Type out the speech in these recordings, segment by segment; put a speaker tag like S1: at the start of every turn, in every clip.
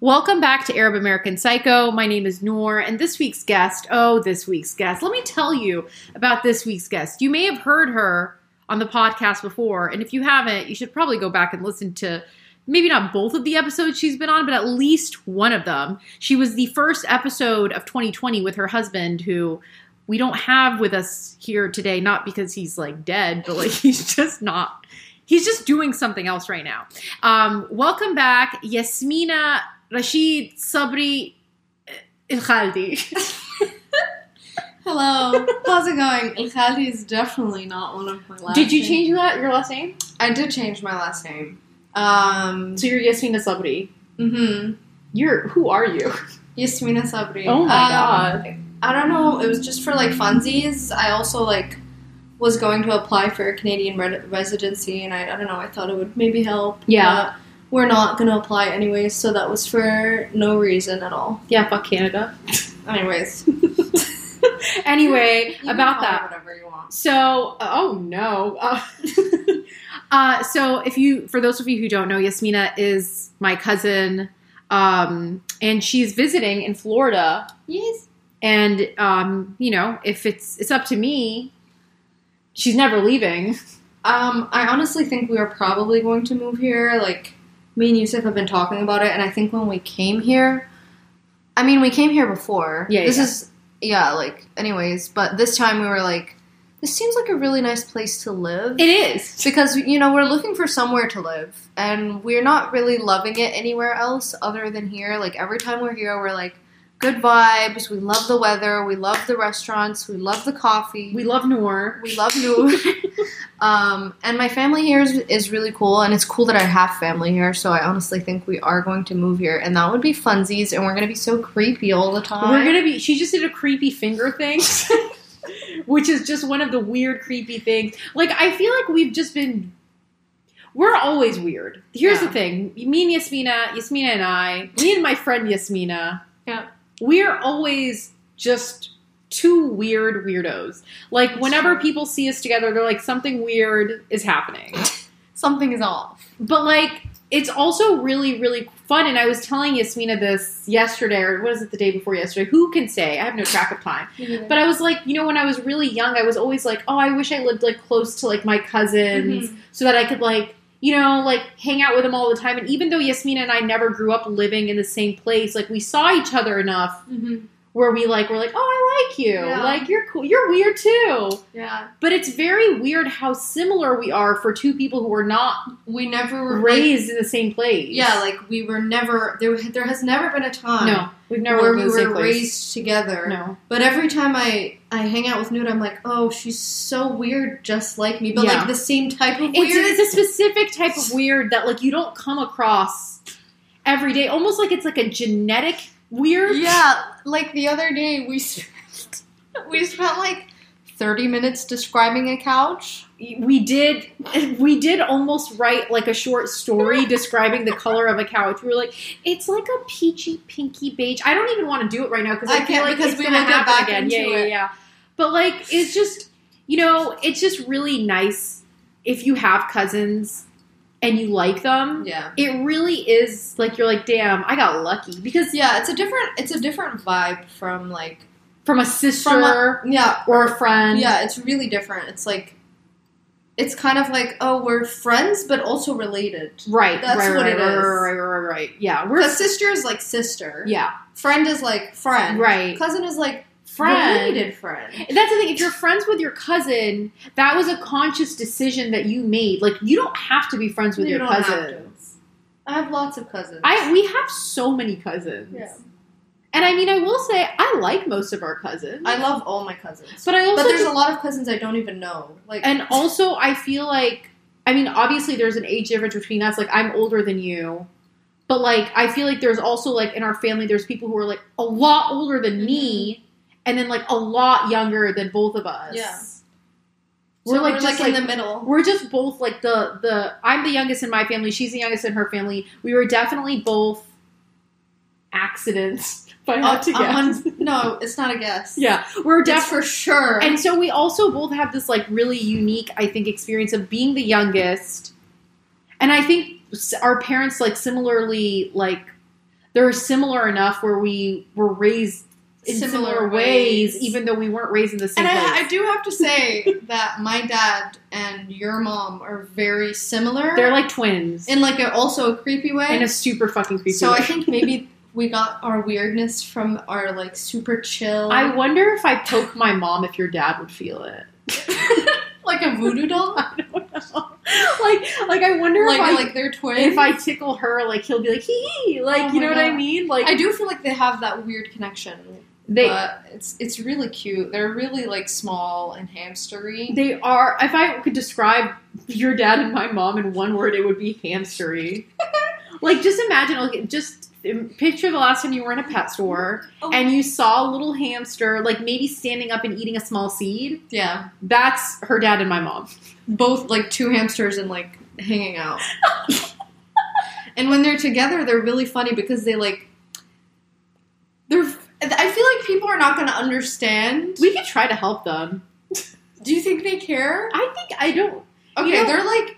S1: Welcome back to Arab American Psycho. My name is Noor, and this week's guest, oh, this week's guest, let me tell you about this week's guest. You may have heard her on the podcast before, and if you haven't, you should probably go back and listen to maybe not both of the episodes she's been on, but at least one of them. She was the first episode of 2020 with her husband, who we don't have with us here today, not because he's like dead, but like he's just not. He's just doing something else right now. Um, welcome back, Yasmina Rashid Sabri Ilkhaldi.
S2: Hello. How's it going? El Khali is definitely not one of my last
S1: Did you
S2: names.
S1: change your la- your last name?
S2: I did change my last name. Um.
S1: So you're Yasmina Sabri.
S2: hmm
S1: You're who are you?
S2: Yasmina Sabri.
S1: Oh my
S2: Um,
S1: god.
S2: I don't know. It was just for like funsies. I also like was going to apply for a Canadian re- residency, and I, I don't know. I thought it would maybe help.
S1: Yeah.
S2: but We're not gonna apply anyways, so that was for no reason at all.
S1: Yeah, fuck Canada.
S2: Anyways,
S1: anyway,
S2: you can
S1: about
S2: call
S1: that.
S2: me whatever you want.
S1: So, oh no. Uh, uh, so, if you, for those of you who don't know, Yasmina is my cousin, um, and she's visiting in Florida.
S2: Yes.
S1: And um, you know, if it's it's up to me, she's never leaving.
S2: Um, I honestly think we are probably going to move here. Like, me and Yusuf have been talking about it, and I think when we came here, I mean, we came here before.
S1: Yeah,
S2: This
S1: yeah.
S2: is, yeah, like, anyways, but this time we were like, this seems like a really nice place to live.
S1: It is.
S2: because, you know, we're looking for somewhere to live, and we're not really loving it anywhere else other than here. Like, every time we're here, we're like, good vibes, we love the weather, we love the restaurants, we love the coffee.
S1: We love Noor.
S2: We love you. um, and my family here is, is really cool, and it's cool that I have family here. So I honestly think we are going to move here, and that would be funsies. And we're gonna be so creepy all the time.
S1: We're gonna be. She just did a creepy finger thing, which is just one of the weird, creepy things. Like I feel like we've just been. We're always weird. Here's
S2: Yeah.
S1: the thing: me and Yasmina, Yasmina and I, me and my friend Yasmina.
S2: Yeah.
S1: We're always just two weird weirdos. Like
S2: That's
S1: whenever
S2: true.
S1: people see us together, they're like, something weird is happening.
S2: Something is off.
S1: But like, it's also really, really fun. And I was telling Yasmina this yesterday, or was it the day before yesterday? Who can say? I have no track of time. But I was like, you know, when I was really young, I was always like, oh, I wish I lived like close to like my cousins so that I could like, you know, like hang out with them all the time. And even though Yasmina and I never grew up living in the same place, like we saw each other enough
S2: Mm-hmm.
S1: where we like were like, oh, I like you,
S2: Yeah.
S1: like you're cool, you're weird too.
S2: yeah,
S1: But it's very weird how similar we are for two people who were not
S2: we never were
S1: raised in the same place.
S2: yeah, like we were never there. There has never been a time
S1: no, we've never
S2: where
S1: lived
S2: we
S1: in the same
S2: were
S1: place.
S2: raised together.
S1: No,
S2: But every time I I hang out with Nude, I'm like, oh, she's so weird, just like me, but
S1: Yeah.
S2: like the same type of weird.
S1: it's, it's a specific type of weird that like you don't come across every day. Almost like it's like a genetic weird.
S2: Yeah, like the other day we spent we spent like thirty minutes describing a couch.
S1: we did we did almost write like a short story describing the color of a couch. We were like, it's like a peachy pinky beige. I don't even want to do it right now because I,
S2: I
S1: feel
S2: can't
S1: like
S2: because
S1: it's
S2: we
S1: gonna
S2: will get
S1: happen
S2: back
S1: again.
S2: into
S1: yeah, yeah,
S2: it.
S1: yeah. But like, it's just you know, it's just really nice if you have cousins and you like them.
S2: Yeah.
S1: It really is like you're like, damn, I got lucky because
S2: Yeah, it's a different it's a different vibe from like
S1: from a sister
S2: from a, yeah
S1: or a friend.
S2: yeah it's really different. It's like it's kind of like oh we're friends but also related.
S1: Right,
S2: That's
S1: right,
S2: what
S1: right,
S2: it
S1: right,
S2: is.
S1: right, right, right, right. Yeah, we're
S2: Because sister is like sister.
S1: yeah,
S2: Friend is like friend.
S1: right.
S2: Cousin is like
S1: Friend,
S2: related friend.
S1: That's the thing. If you're friends with your cousin, that was a conscious decision that you made. Like you don't have to be friends with
S2: You
S1: your
S2: don't have
S1: cousins.
S2: I have lots of cousins.
S1: I we have so many cousins.
S2: Yeah.
S1: And I mean, I will say I like most of our cousins.
S2: I love all my cousins.
S1: but I also
S2: But there's
S1: just-
S2: a lot of cousins I don't even know. Like
S1: and also I feel like I mean, obviously there's an age difference between us. Like I'm older than you. But like I feel like there's also like in our family there's people who are like a lot older than me and then like a lot younger than both of us.
S2: Mm-hmm. Yeah.
S1: We're
S2: So
S1: like just like
S2: in the middle.
S1: we're just both like the the I'm the youngest in my family. She's the youngest in her family. We were definitely both accidents, but not to
S2: Uh, uh,
S1: guess.
S2: un- no, it's not a guess.
S1: yeah, we're
S2: It's
S1: definitely.
S2: for sure.
S1: And so we also both have this like really unique, I think, experience of being the youngest, and I think s- our parents like similarly like they're similar enough where we were raised in similar,
S2: Similar
S1: ways,
S2: ways.
S1: even though we weren't raised in the same
S2: And
S1: place.
S2: I, I do have to say that my dad and your mom are very similar.
S1: they're like twins
S2: in like a, also a creepy way.
S1: in a super fucking creepy
S2: so
S1: way.
S2: I think maybe we got our weirdness from our like super chill,
S1: I wonder if I poke my mom if your dad would feel it.
S2: like a voodoo doll,
S1: like like I wonder
S2: like
S1: if I
S2: like they're twins.
S1: if I tickle her, like he'll be like hee hee, like
S2: Oh
S1: you
S2: my
S1: know what I
S2: God.
S1: mean? Like
S2: I do feel like they have that weird connection.
S1: they
S2: but it's it's really cute. They're really like small and hamstery.
S1: they are. If I could describe your dad and my mom in one word, it would be hamstery. like just imagine, like just um, picture the last time you were in a pet store and you saw a little hamster, like maybe standing up and eating a small seed.
S2: yeah,
S1: That's her dad and my mom.
S2: both like two hamsters and like hanging out. and when they're together, they're really funny because they like they're. I feel like people are not going to understand.
S1: We could try to help them.
S2: Do you think they care?
S1: I think I don't.
S2: Okay,
S1: You know-
S2: they're like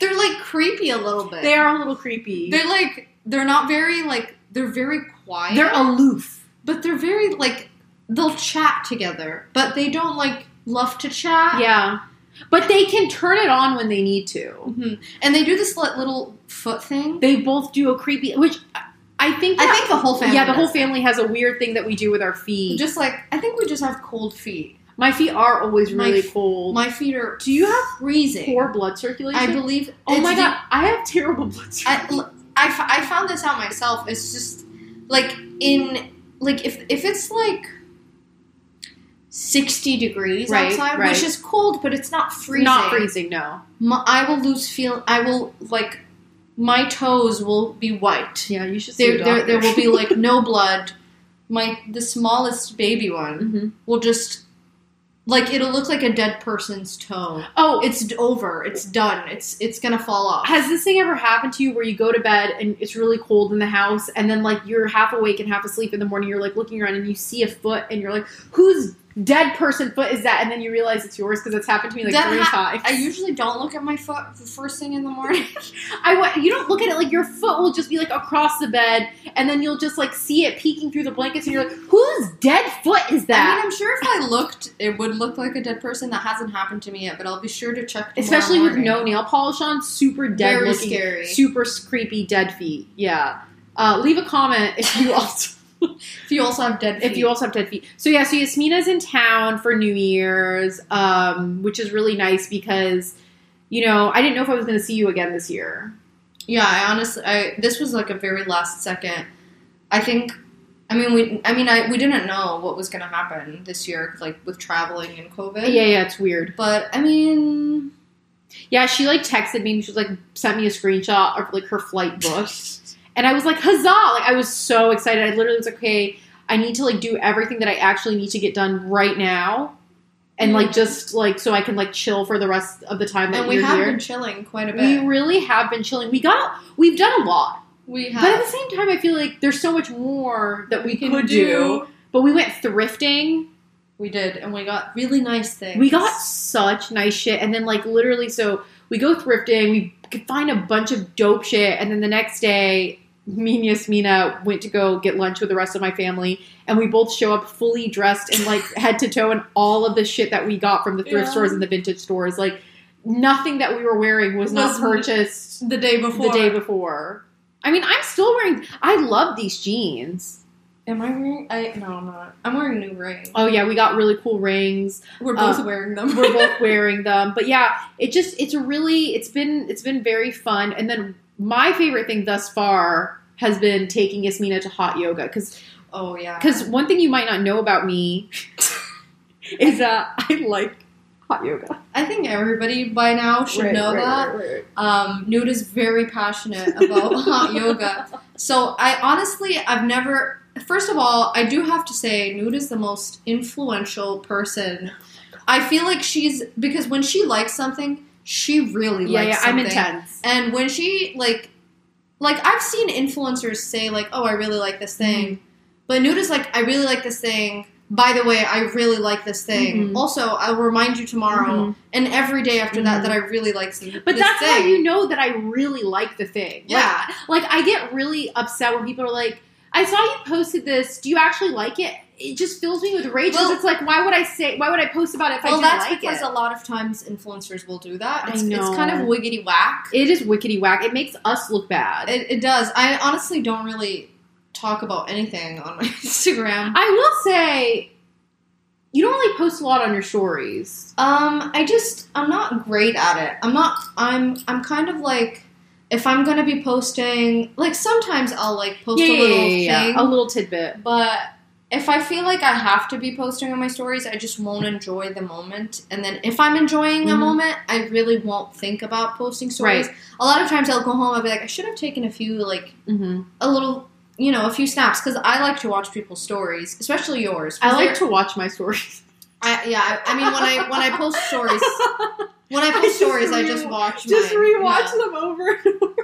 S2: they're like creepy a little bit.
S1: They are a little creepy.
S2: They're like they're not very like they're very quiet.
S1: They're aloof.
S2: but they're very like they'll chat together, but they don't like love to chat.
S1: Yeah. But they can turn it on when they need to.
S2: Mhm. And they do this li- little foot thing.
S1: They both do a creepy, which I think.
S2: I
S1: that-
S2: think the whole family.
S1: yeah, the whole
S2: does that.
S1: family has a weird thing that we do with our feet.
S2: Just like I think we just have cold feet.
S1: my feet are always
S2: My-
S1: really cold.
S2: My feet are
S1: do you have
S2: freezing.
S1: poor blood circulation?
S2: I believe.
S1: oh
S2: it's
S1: my
S2: the-
S1: god, I have terrible blood
S2: I,
S1: circulation.
S2: l- I f- I found this out myself. It's just like in like if if it's like sixty degrees
S1: Right,
S2: outside,
S1: right.
S2: which is cold, but it's not freezing.
S1: Not freezing, no.
S2: My, I will lose feel. I will like my toes will be white.
S1: Yeah, you should see
S2: There,
S1: a
S2: there, there
S1: doctor.
S2: will be like no blood. My the smallest baby one
S1: Mhm.
S2: will just like it'll look like a dead person's toe.
S1: Oh,
S2: It's d- over. It's done. It's it's gonna fall off.
S1: Has this thing ever happened to you where you go to bed and it's really cold in the house and then like you're half awake and half asleep in the morning you're like looking around and you see a foot and you're like whose dead person foot is that and then you realize it's yours because it's happened to me like
S2: That
S1: three
S2: ha-
S1: times.
S2: I usually don't look at my foot the first thing in the morning.
S1: I want you don't look at it like your foot will just be like across the bed and then you'll just like see it peeking through the blankets and you're like whose dead foot is
S2: I mean,
S1: that?
S2: I'm sure if I looked, it would look like a dead person. That hasn't happened to me yet, but I'll be sure to check. tomorrow
S1: Especially with
S2: morning.
S1: no nail polish on, super dead
S2: Very
S1: looking,
S2: scary.
S1: super creepy dead feet. Yeah. Uh, leave a comment if you also
S2: If you also have dead, feet.
S1: if you also have dead feet. So yeah, so Yasmina's in town for New Year's, um, which is really nice because, you know, I didn't know if I was going to see you again this year.
S2: yeah, I honestly, I this was like a very last second. I think, I mean, we, I mean, I we didn't know what was gonna happen this year, like with traveling and COVID.
S1: Yeah, yeah, it's weird.
S2: But I mean,
S1: Yeah, she like texted me and she was like sent me a screenshot of like her flight booked, and I was like huzzah! Like I was so excited. I literally was like, okay, I need to like do everything that I actually need to get done right now. And like
S2: Mhm.
S1: just like so I can like chill for the rest of the time that
S2: and we
S1: you're
S2: have
S1: here.
S2: been chilling quite a
S1: we
S2: bit.
S1: really have been chilling. We got we've done a lot.
S2: We
S1: But at
S2: have
S1: the same time, I feel like there's so much more that we, could do. But we went thrifting.
S2: We did, and we got really nice things.
S1: We got such nice shit. And then, like, literally, so we go thrifting, we could find a bunch of dope shit. And then the next day, me and Yasmina went to go get lunch with the rest of my family. And we both show up fully dressed and, like, head to toe in all of the shit that we got from the thrift
S2: Yeah.
S1: stores and the vintage stores. Like, nothing that we were wearing was not
S2: Wasn't-
S1: purchased
S2: the day before.
S1: the day before. I mean, I'm still wearing, I love these jeans.
S2: Am I wearing? I no, I'm not. I'm wearing new rings.
S1: Oh yeah, we got really cool rings.
S2: We're both
S1: uh,
S2: wearing them.
S1: We're both wearing them. But yeah, it just it's really it's been it's been very fun. And then my favorite thing thus far has been taking Yasmina to hot yoga because
S2: Oh yeah.
S1: because one thing you might not know about me is that I like hot yoga.
S2: I think everybody by now should know that. Um, Nude is very passionate about hot yoga. So I honestly, I've never. First of all, I do have to say, Nude is the most influential person. I feel like she's because when she likes something, she really
S1: Yeah,
S2: likes.
S1: yeah, I'm
S2: something.
S1: intense.
S2: And when she like, like I've
S1: Mm-hmm.
S2: seen influencers say like, "Oh, I really like this thing," but Nude is like, "I really like this thing. by the way, I really like this thing.
S1: Mhm.
S2: Also, I'll remind you tomorrow
S1: Mhm.
S2: and every day after
S1: Mhm.
S2: that that I really like something.
S1: But
S2: this
S1: that's
S2: thing.
S1: how you know that I really like the thing. Like,
S2: Yeah.
S1: Like, I get really upset when people are like, I saw you posted this. Do you actually like it? It just fills me with rage. 'cause
S2: Well-
S1: it's like, why would I say, why would I post about it if I
S2: well,
S1: didn't
S2: that's
S1: like
S2: because
S1: it?
S2: a lot of times influencers will do that.
S1: I
S2: It's,
S1: know.
S2: it's kind of wiggity whack.
S1: it is wickety whack. It makes us look bad.
S2: It, it does. I honestly don't really talk about anything on my Instagram.
S1: I will say, you don't really post a lot on your stories.
S2: Um, I just I'm not great at it. I'm not. I'm I'm kind of like if I'm gonna be posting, like sometimes I'll like post a little thing,
S1: A little tidbit.
S2: but if I feel like I have to be posting on my stories, I just won't enjoy the moment. And then if I'm enjoying a
S1: Mhm.
S2: moment, I really won't think about posting stories. A lot of times I'll go home. I'll be like, I should have taken a few like
S1: hmm
S2: a little. You know, a few snaps because I like to watch people's stories, especially yours. 'cause
S1: I
S2: they're-
S1: like to watch my stories.
S2: I, yeah, I, I mean when I when I post stories, when I
S1: I
S2: post
S1: just
S2: stories, I
S1: re-
S2: just watch.
S1: Just
S2: mine.
S1: rewatch
S2: Yeah.
S1: them over and over.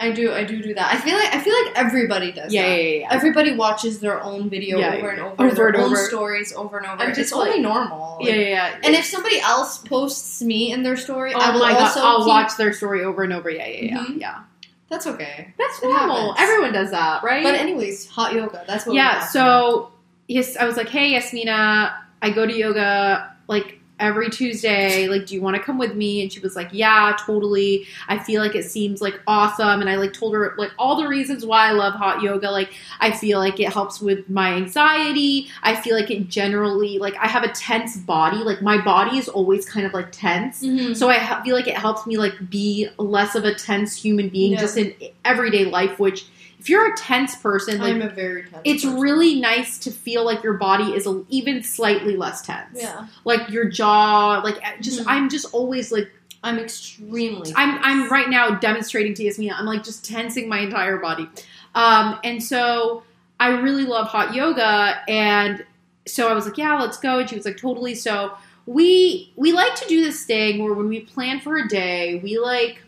S2: I do. I do do that. I feel like I feel like everybody does.
S1: Yeah, yeah,
S2: that.
S1: yeah. yeah.
S2: Everybody watches their own video
S1: Yeah,
S2: over
S1: yeah.
S2: and over,
S1: Over
S2: their
S1: and
S2: own
S1: over.
S2: stories over and over.
S1: I'm just
S2: it's
S1: like-
S2: only normal.
S1: Yeah, yeah, yeah.
S2: And if somebody else posts me in their story,
S1: oh
S2: I will
S1: my god,
S2: also
S1: I'll
S2: keep-
S1: watch their story over and over. Yeah, yeah, yeah,
S2: Mhm.
S1: yeah.
S2: That's okay.
S1: That's
S2: It
S1: normal.
S2: happens.
S1: Everyone does that, right?
S2: But anyways, hot yoga. That's what.
S1: yeah.
S2: We're
S1: So yes, I was like, hey, Yasmina, I go to yoga like every Tuesday. Like, do you want to come with me? And she was like, yeah, totally. I feel like it seems like awesome. And I like told her like all the reasons why I love hot yoga. Like, I feel like it helps with my anxiety. I feel like it generally like I have a tense body. Like my body is always kind of like tense.
S2: hmm
S1: So I he- feel like it helps me like be less of a tense human being
S2: Yeah.
S1: just in everyday life. Which, if you're a tense person, like
S2: I'm a very tense
S1: it's
S2: person.
S1: really nice to feel like your body is a, even slightly less tense.
S2: yeah.
S1: Like your jaw, like uh, just
S2: Mhm.
S1: I'm just always like
S2: I'm extremely.
S1: I'm I'm right now demonstrating to Yasmina. I'm like just tensing my entire body. Um, and so I really love hot yoga, and so I was like, yeah, let's go. And she was like, totally. So we we like to do this thing where when we plan for a day, we like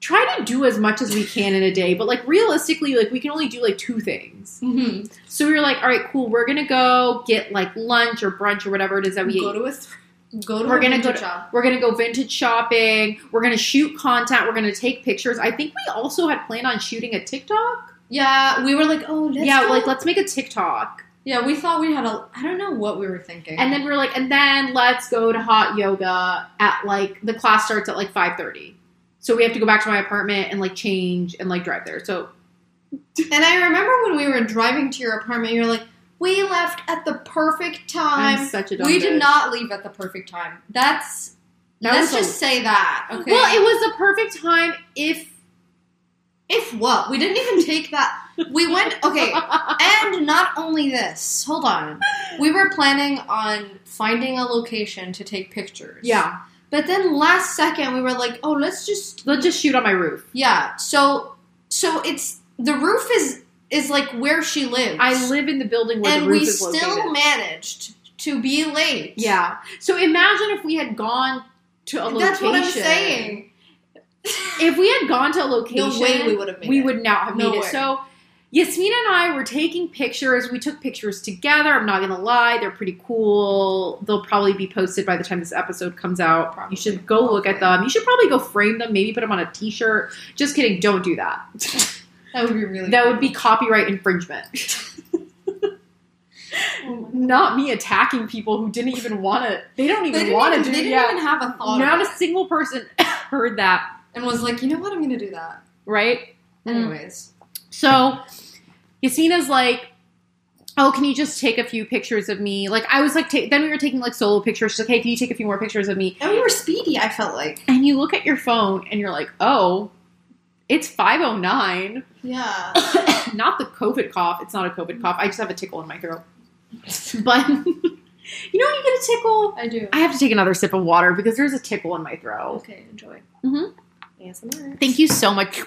S1: try to do as much as we can in a day, but like realistically, like we can only do like two things.
S2: Mhm.
S1: So we were like, all right, cool. We're gonna go get like lunch or brunch or whatever it is that we
S2: Go
S1: eat.
S2: to a. th- Go to
S1: We're
S2: a
S1: gonna go to-
S2: vintage shop.
S1: We're gonna go vintage shopping. We're gonna shoot content. We're gonna take pictures. I think we also had planned on shooting a TikTok.
S2: Yeah, we were like, oh, let's
S1: yeah,
S2: go.
S1: like let's make a TikTok,
S2: yeah, we thought we had a. I don't know what we were thinking.
S1: and then we were like, and then let's go to hot yoga at like the class starts at like five thirty. So we have to go back to my apartment and like change and like drive there. So
S2: and I remember when we were driving to your apartment, you were like, we left at the perfect
S1: I'm,
S2: time.
S1: such a dumb
S2: Um, We did
S1: bitch.
S2: not leave at the perfect time. That's
S1: That was
S2: let's
S1: a-
S2: just say that. Okay.
S1: Well, it was the perfect time if
S2: if what we didn't even take that. We went okay, and not only this. Hold on, we were planning on finding a location to take pictures.
S1: yeah,
S2: But then last second, we were like, oh, let's just
S1: let's just shoot on my roof.
S2: Yeah. So so it's the roof is is like where she lives.
S1: I live in the building where
S2: and
S1: the roof
S2: we
S1: is
S2: still
S1: located.
S2: managed to be late.
S1: Yeah. So imagine if we had gone to a location.
S2: That's what I'm saying.
S1: If we had gone to a location,
S2: No way we would have made
S1: we
S2: it.
S1: would not have
S2: No
S1: made it.
S2: way.
S1: So Yasmina and I were taking pictures. We took pictures together. I'm not gonna lie, they're pretty cool. They'll probably be posted by the time this episode comes out. You
S2: Probably.
S1: should go look at
S2: Probably.
S1: them. You should probably go frame them. Maybe put them on a T-shirt. Just kidding. Don't do that.
S2: That would be really.
S1: That would be copyright infringement. Not me attacking people who didn't even want to. They don't
S2: They
S1: even
S2: didn't,
S1: want
S2: even,
S1: to do.
S2: they
S1: it.
S2: didn't
S1: yeah,
S2: even have a thought.
S1: not
S2: of
S1: a
S2: it
S1: single person heard that,
S2: and was like, you know what, I'm gonna do that.
S1: right?
S2: Mm.
S1: Mm.
S2: Anyways,
S1: So Yasmina's like, "Oh, can you just take a few pictures of me?" Like I was like, ta- then we were taking like solo pictures. She's like, "Hey, can you take a few more pictures of me?"
S2: and we were speedy. I felt like.
S1: And you look at your phone and you're like, "Oh, it's 509."
S2: Yeah.
S1: not the COVID cough. It's not a COVID cough. I just have a tickle in my throat. But you know when you get a tickle?
S2: I do.
S1: I have to take another sip of water because there's a tickle in my throat.
S2: Okay. Enjoy.
S1: Mhm.
S2: ASMR.
S1: Thank you so much.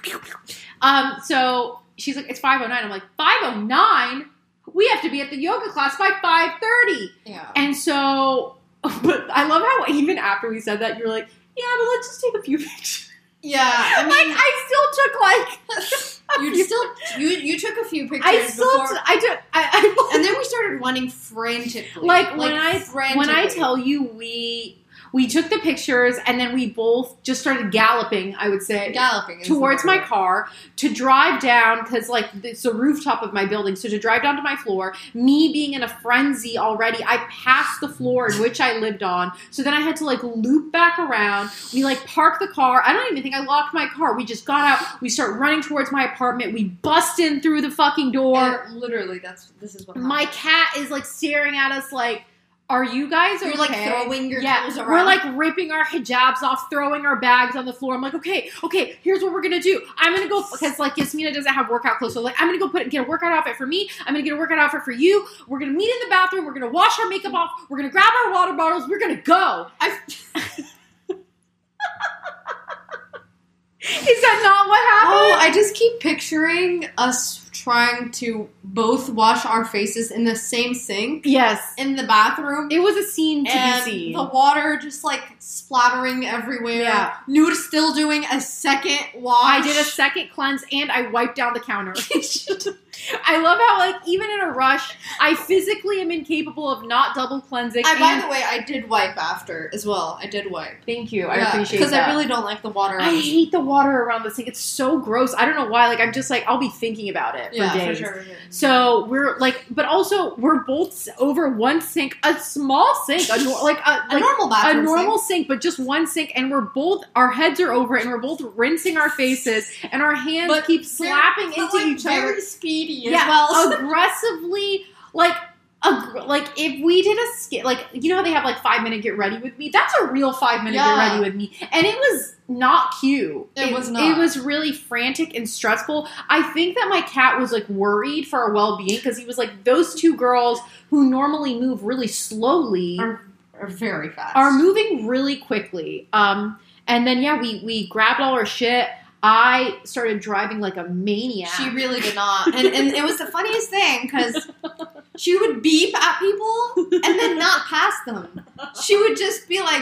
S1: Um, so she's like, it's 509. I'm like, 509? We have to be at the yoga class by 530.
S2: Yeah.
S1: And so, but I love how even after we said that, you were like, yeah, but let's just take a few pictures.
S2: Yeah. I mean,
S1: like, I still took like,
S2: you still you you took a few pictures.
S1: I still,
S2: before-
S1: t- I took, I, I
S2: And then we started running frantically.
S1: Like, when I when I
S2: frantically.
S1: tell you we we took the pictures and then we both just started galloping. I would say
S2: galloping is the
S1: towards my
S2: word.
S1: car to drive down because like it's the rooftop of my building so to drive down to my floor me being in a frenzy already i passed the floor in which i lived on so then i had to like loop back around we like parked the car i don't even think i locked my car we just got out we start running towards my apartment we bust in through the fucking door
S2: And literally, that's this is what
S1: my
S2: happened.
S1: cat is like staring at us like are you guys okay?
S2: You're like throwing your
S1: yeah,
S2: clothes around.
S1: we're like ripping our hijabs off, throwing our bags on the floor. I'm like, okay, okay, here's what we're gonna do. I'm gonna go because like Yasmina doesn't have workout clothes, so like I'm gonna go put get a workout outfit for me. I'm gonna get a workout outfit for you. We're gonna meet in the bathroom. We're gonna wash our makeup off. We're gonna grab our water bottles. We're gonna go.
S2: I've-
S1: Is that not what
S2: Oh,
S1: happened?
S2: I just keep picturing us trying to both wash our faces in the same sink
S1: yes,
S2: in the bathroom.
S1: it was a scene to
S2: and
S1: be seen.
S2: the water just like splattering everywhere.
S1: Yeah.
S2: Nude still doing a second wash.
S1: I did a second cleanse and I wiped down the counter. I love how like even in a rush, I physically am incapable of not double cleansing.
S2: I, by
S1: and-
S2: the way, I did wipe after as well. I did wipe.
S1: Thank you. I appreciate
S2: because
S1: that.
S2: I really don't like the water.
S1: I hate the water around the sink. It's so gross. I don't know why. Like I'm just like I'll be thinking about it for
S2: yeah,
S1: days.
S2: for sure.
S1: So we're like, but also we're both over one sink, a small sink, a nor- like a,
S2: a
S1: like
S2: normal
S1: a
S2: bathroom.
S1: normal sink, but just one sink, and we're both our heads are over, it, and we're both rinsing our faces, and our hands
S2: But
S1: keep
S2: sink,
S1: slapping
S2: but,
S1: into
S2: like,
S1: each
S2: very
S1: other.
S2: speedy
S1: yeah,
S2: as well.
S1: aggressively, like. Ag- like if we did a skit, like you know how they have like five minute get ready with me. That's a real five minute
S2: Yeah.
S1: get ready with me, and it was not cute.
S2: It was not.
S1: It was really frantic and stressful. I think that my cat was like worried for our well being because he was like those two girls who normally move really slowly
S2: Are- Or very fast.
S1: are moving really quickly. Um, and then yeah, we we grabbed all our shit. I started driving like a maniac.
S2: She really did not. And, and it was the funniest thing because she would beep at people and then not pass them. She would just be like,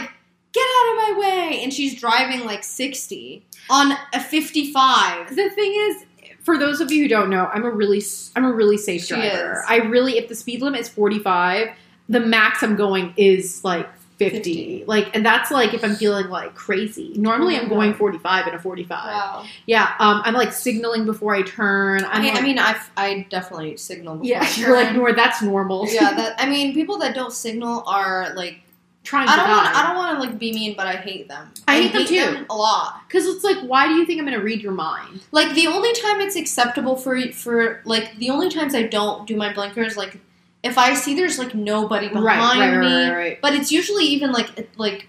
S2: get out of my way. And she's driving like 60 on a 55.
S1: the thing is, for those of you who don't know, I'm a really s- I'm a really safe
S2: She
S1: driver.
S2: is.
S1: I really if the speed limit is 45, the max I'm going is like 50.
S2: 50.
S1: Like and that's like if I'm feeling like crazy. Normally I'm
S2: Yeah.
S1: going 45 in a 45.
S2: Wow.
S1: Yeah, um, I'm like signaling before I turn. I'm
S2: I,
S1: like,
S2: I mean, I, I definitely signal before.
S1: yeah,
S2: I
S1: you're like
S2: turn.
S1: Nor, that's normal.
S2: yeah, that I mean, people that don't signal are like
S1: trying to
S2: I don't want
S1: die.
S2: I don't want to like be mean, but I hate them.
S1: I hate them too.
S2: a lot.
S1: Because it's like, why do you think I'm going to read your mind?
S2: Like the only time it's acceptable for for like the only times I don't do my blinkers like if I see there's like nobody behind me,
S1: right.
S2: but it's usually even like it- like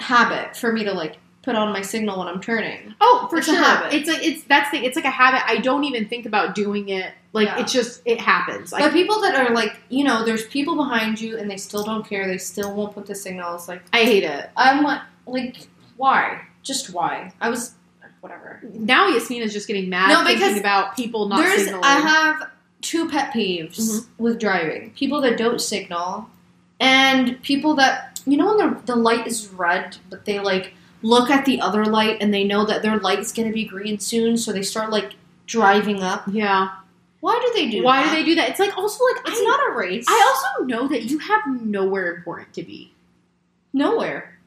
S2: habit for me to like put on my signal when I'm turning.
S1: Oh, for
S2: It's a
S1: sure.
S2: habit.
S1: It's like it's that's the it's like a habit. I don't even think about doing it. Like
S2: Yeah.
S1: it's just it happens. Like
S2: but people that are like you know there's people behind you and they still don't care. They still won't put the signal. It's like
S1: I hate it.
S2: I'm like like why just why I was whatever.
S1: Now Yasmina's just getting mad
S2: No,
S1: thinking
S2: because
S1: about people not
S2: There's
S1: signaling.
S2: I have two pet peeves with driving: people that don't signal, and people that you know when the, the light is red, but they like look at the other light and they know that their light's going to be green soon, so they start like driving up.
S1: yeah.
S2: Why do they do?
S1: Why do they do that? It's like also like
S2: It's
S1: I,
S2: not a race.
S1: I also know that you have nowhere important to be.
S2: nowhere.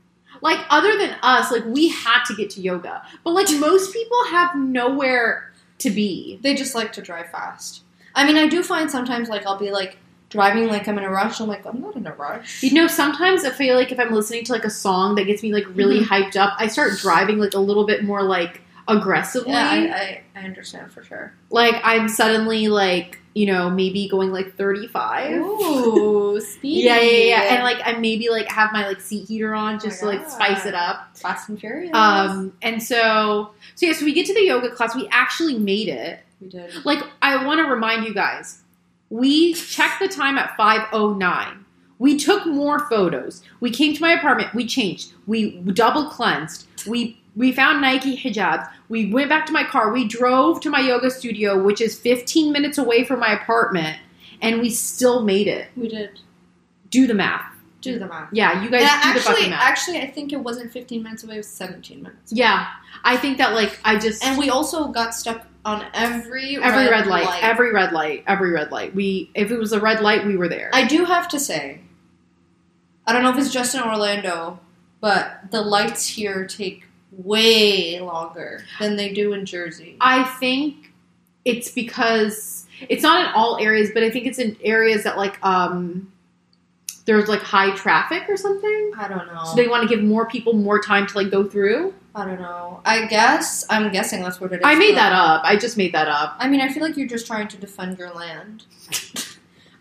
S1: Like other than us, like we had to get to yoga, but like most people have nowhere to be.
S2: They just like to drive fast. I mean, I do find sometimes like I'll be like driving like I'm in a rush. I'm like I'm not in a rush.
S1: You know, sometimes I feel like if I'm listening to like a song that gets me like really
S2: Mm-hmm.
S1: hyped up, I start driving like a little bit more like aggressively.
S2: Yeah, I, uh, I, I understand for sure.
S1: like I'm suddenly like you know maybe going like 35.
S2: Ooh, speedy.
S1: Yeah, yeah, yeah, and like I maybe like have my like seat heater on just
S2: Oh
S1: to
S2: my
S1: like spice it up.
S2: Fast and Furious.
S1: Um, and so so yeah, so we get to the yoga class. We actually made it.
S2: we did.
S1: Like I want to remind you guys, we checked the time at 5:09. We took more photos. We came to my apartment. We changed. We double cleansed. We we found Nike hijabs. We went back to my car. We drove to my yoga studio, which is 15 minutes away from my apartment, and we still made it.
S2: We did.
S1: Do the math.
S2: Do the math.
S1: Yeah, you guys
S2: Yeah,
S1: do the
S2: actually,
S1: fucking math.
S2: actually, I think it wasn't 15 minutes away. It was 17 minutes.
S1: yeah, I think that like I just
S2: And we also got stuck on every
S1: Every red, light,
S2: light.
S1: every red light, every red light. We if it was a red light, we were there.
S2: I do have to say, I don't know if it's just in Orlando, but the lights here take way longer than they do in Jersey.
S1: I think it's because it's not in all areas, but I think it's in areas that like um there's like high traffic or something.
S2: I don't know.
S1: So they want to give more people more time to like go through.
S2: I don't know. I guess I'm guessing that's what it is.
S1: I made
S2: but-
S1: that up. I just made that up.
S2: I mean, I feel like you're just trying to defend your land.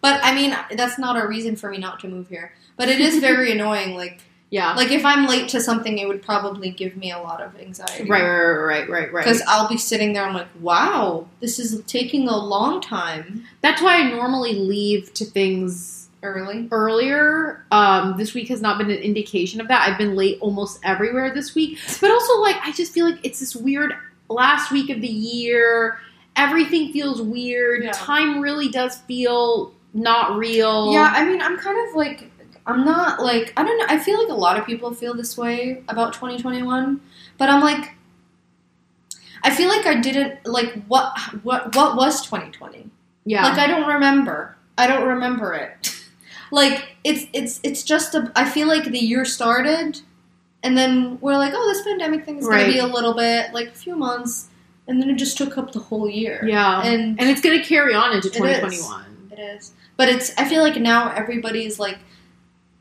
S2: but I mean, that's not a reason for me not to move here. But it is very annoying. Like,
S1: Yeah.
S2: like if I'm late to something, it would probably give me a lot of anxiety.
S1: Right, right, right, right, right.
S2: Because I'll be sitting there, I'm like, wow, this is taking a long time.
S1: That's why I normally leave to things
S2: Early.
S1: earlier. Um, this week has not been an indication of that. I've been late almost everywhere this week. But also, like, I just feel like it's this weird last week of the year. Everything feels weird.
S2: Yeah.
S1: Time really does feel not real.
S2: Yeah, I mean, I'm kind of like, I'm not like, I don't know. I feel like a lot of people feel this way about 2021, but I'm like, I feel like I didn't like what what what was 2020.
S1: Yeah.
S2: Like I don't remember. I don't remember it. like it's it's it's just a. I feel like the year started, and then we're like, oh, this pandemic thing is gonna be a little bit, like a few months, and then it just took up the whole year.
S1: yeah. And,
S2: and
S1: it's going to carry on into
S2: It is.
S1: 2021.
S2: it is. But it's. I feel like now everybody's like,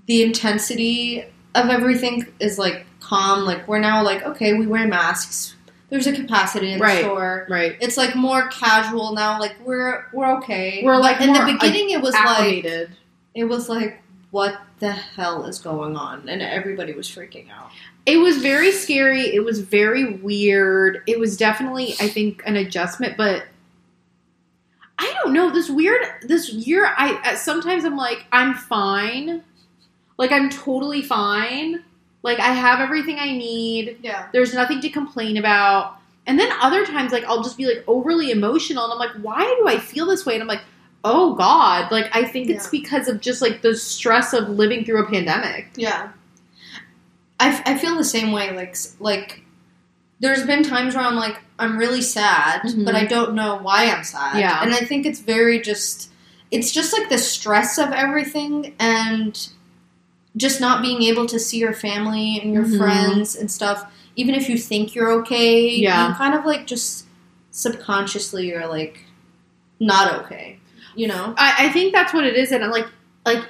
S2: the intensity of everything is like calm. Like we're now like, okay, we wear masks. There's a capacity in the
S1: Right.
S2: store.
S1: Right.
S2: It's like more casual now. Like we're we're okay.
S1: We're,
S2: But
S1: like,
S2: in the
S1: more
S2: beginning, it was like
S1: Acclimated.
S2: it was like what the hell is going on and everybody was freaking out
S1: It was very scary. It was very weird. It was definitely, I think, an adjustment, but I don't know. This weird, this year, I at- sometimes I'm like, I'm fine. Like, I'm totally fine. Like, I have everything I need.
S2: yeah
S1: There's nothing to complain about. And then other times, like, I'll just be like overly emotional and I'm like, why do I feel this way? And I'm like, oh God. Like, I think it's because of just like the stress of living through a pandemic.
S2: yeah I, f- I feel the same way like s- like there's been times where i'm like i'm really sad
S1: Mhm.
S2: but i don't know why i'm sad
S1: Yeah.
S2: and i think it's very just it's just like the stress of everything and just not being able to see your family and your
S1: Mhm.
S2: friends and stuff even if you think you're okay
S1: Yeah.
S2: you kind of like just subconsciously you're like not okay you know
S1: I, I think that's what it is, and I'm like, like,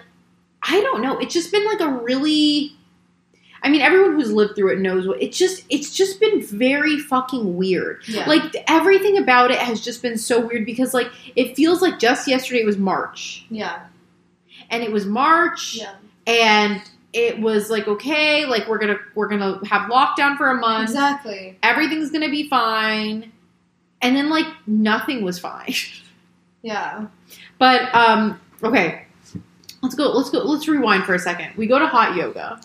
S1: I don't know. It's just been like a really, I mean, everyone who's lived through it knows what. It's just, it's just been very fucking weird.
S2: yeah
S1: Like everything about it has just been so weird because like it feels like just yesterday was March,
S2: Yeah,
S1: and it was March,
S2: yeah,
S1: and it was like okay, like we're gonna we're gonna have lockdown for a month.
S2: exactly.
S1: Everything's gonna be fine, and then like nothing was fine.
S2: Yeah,
S1: But um, okay, let's go. Let's go. Let's rewind for a second. We go to hot yoga.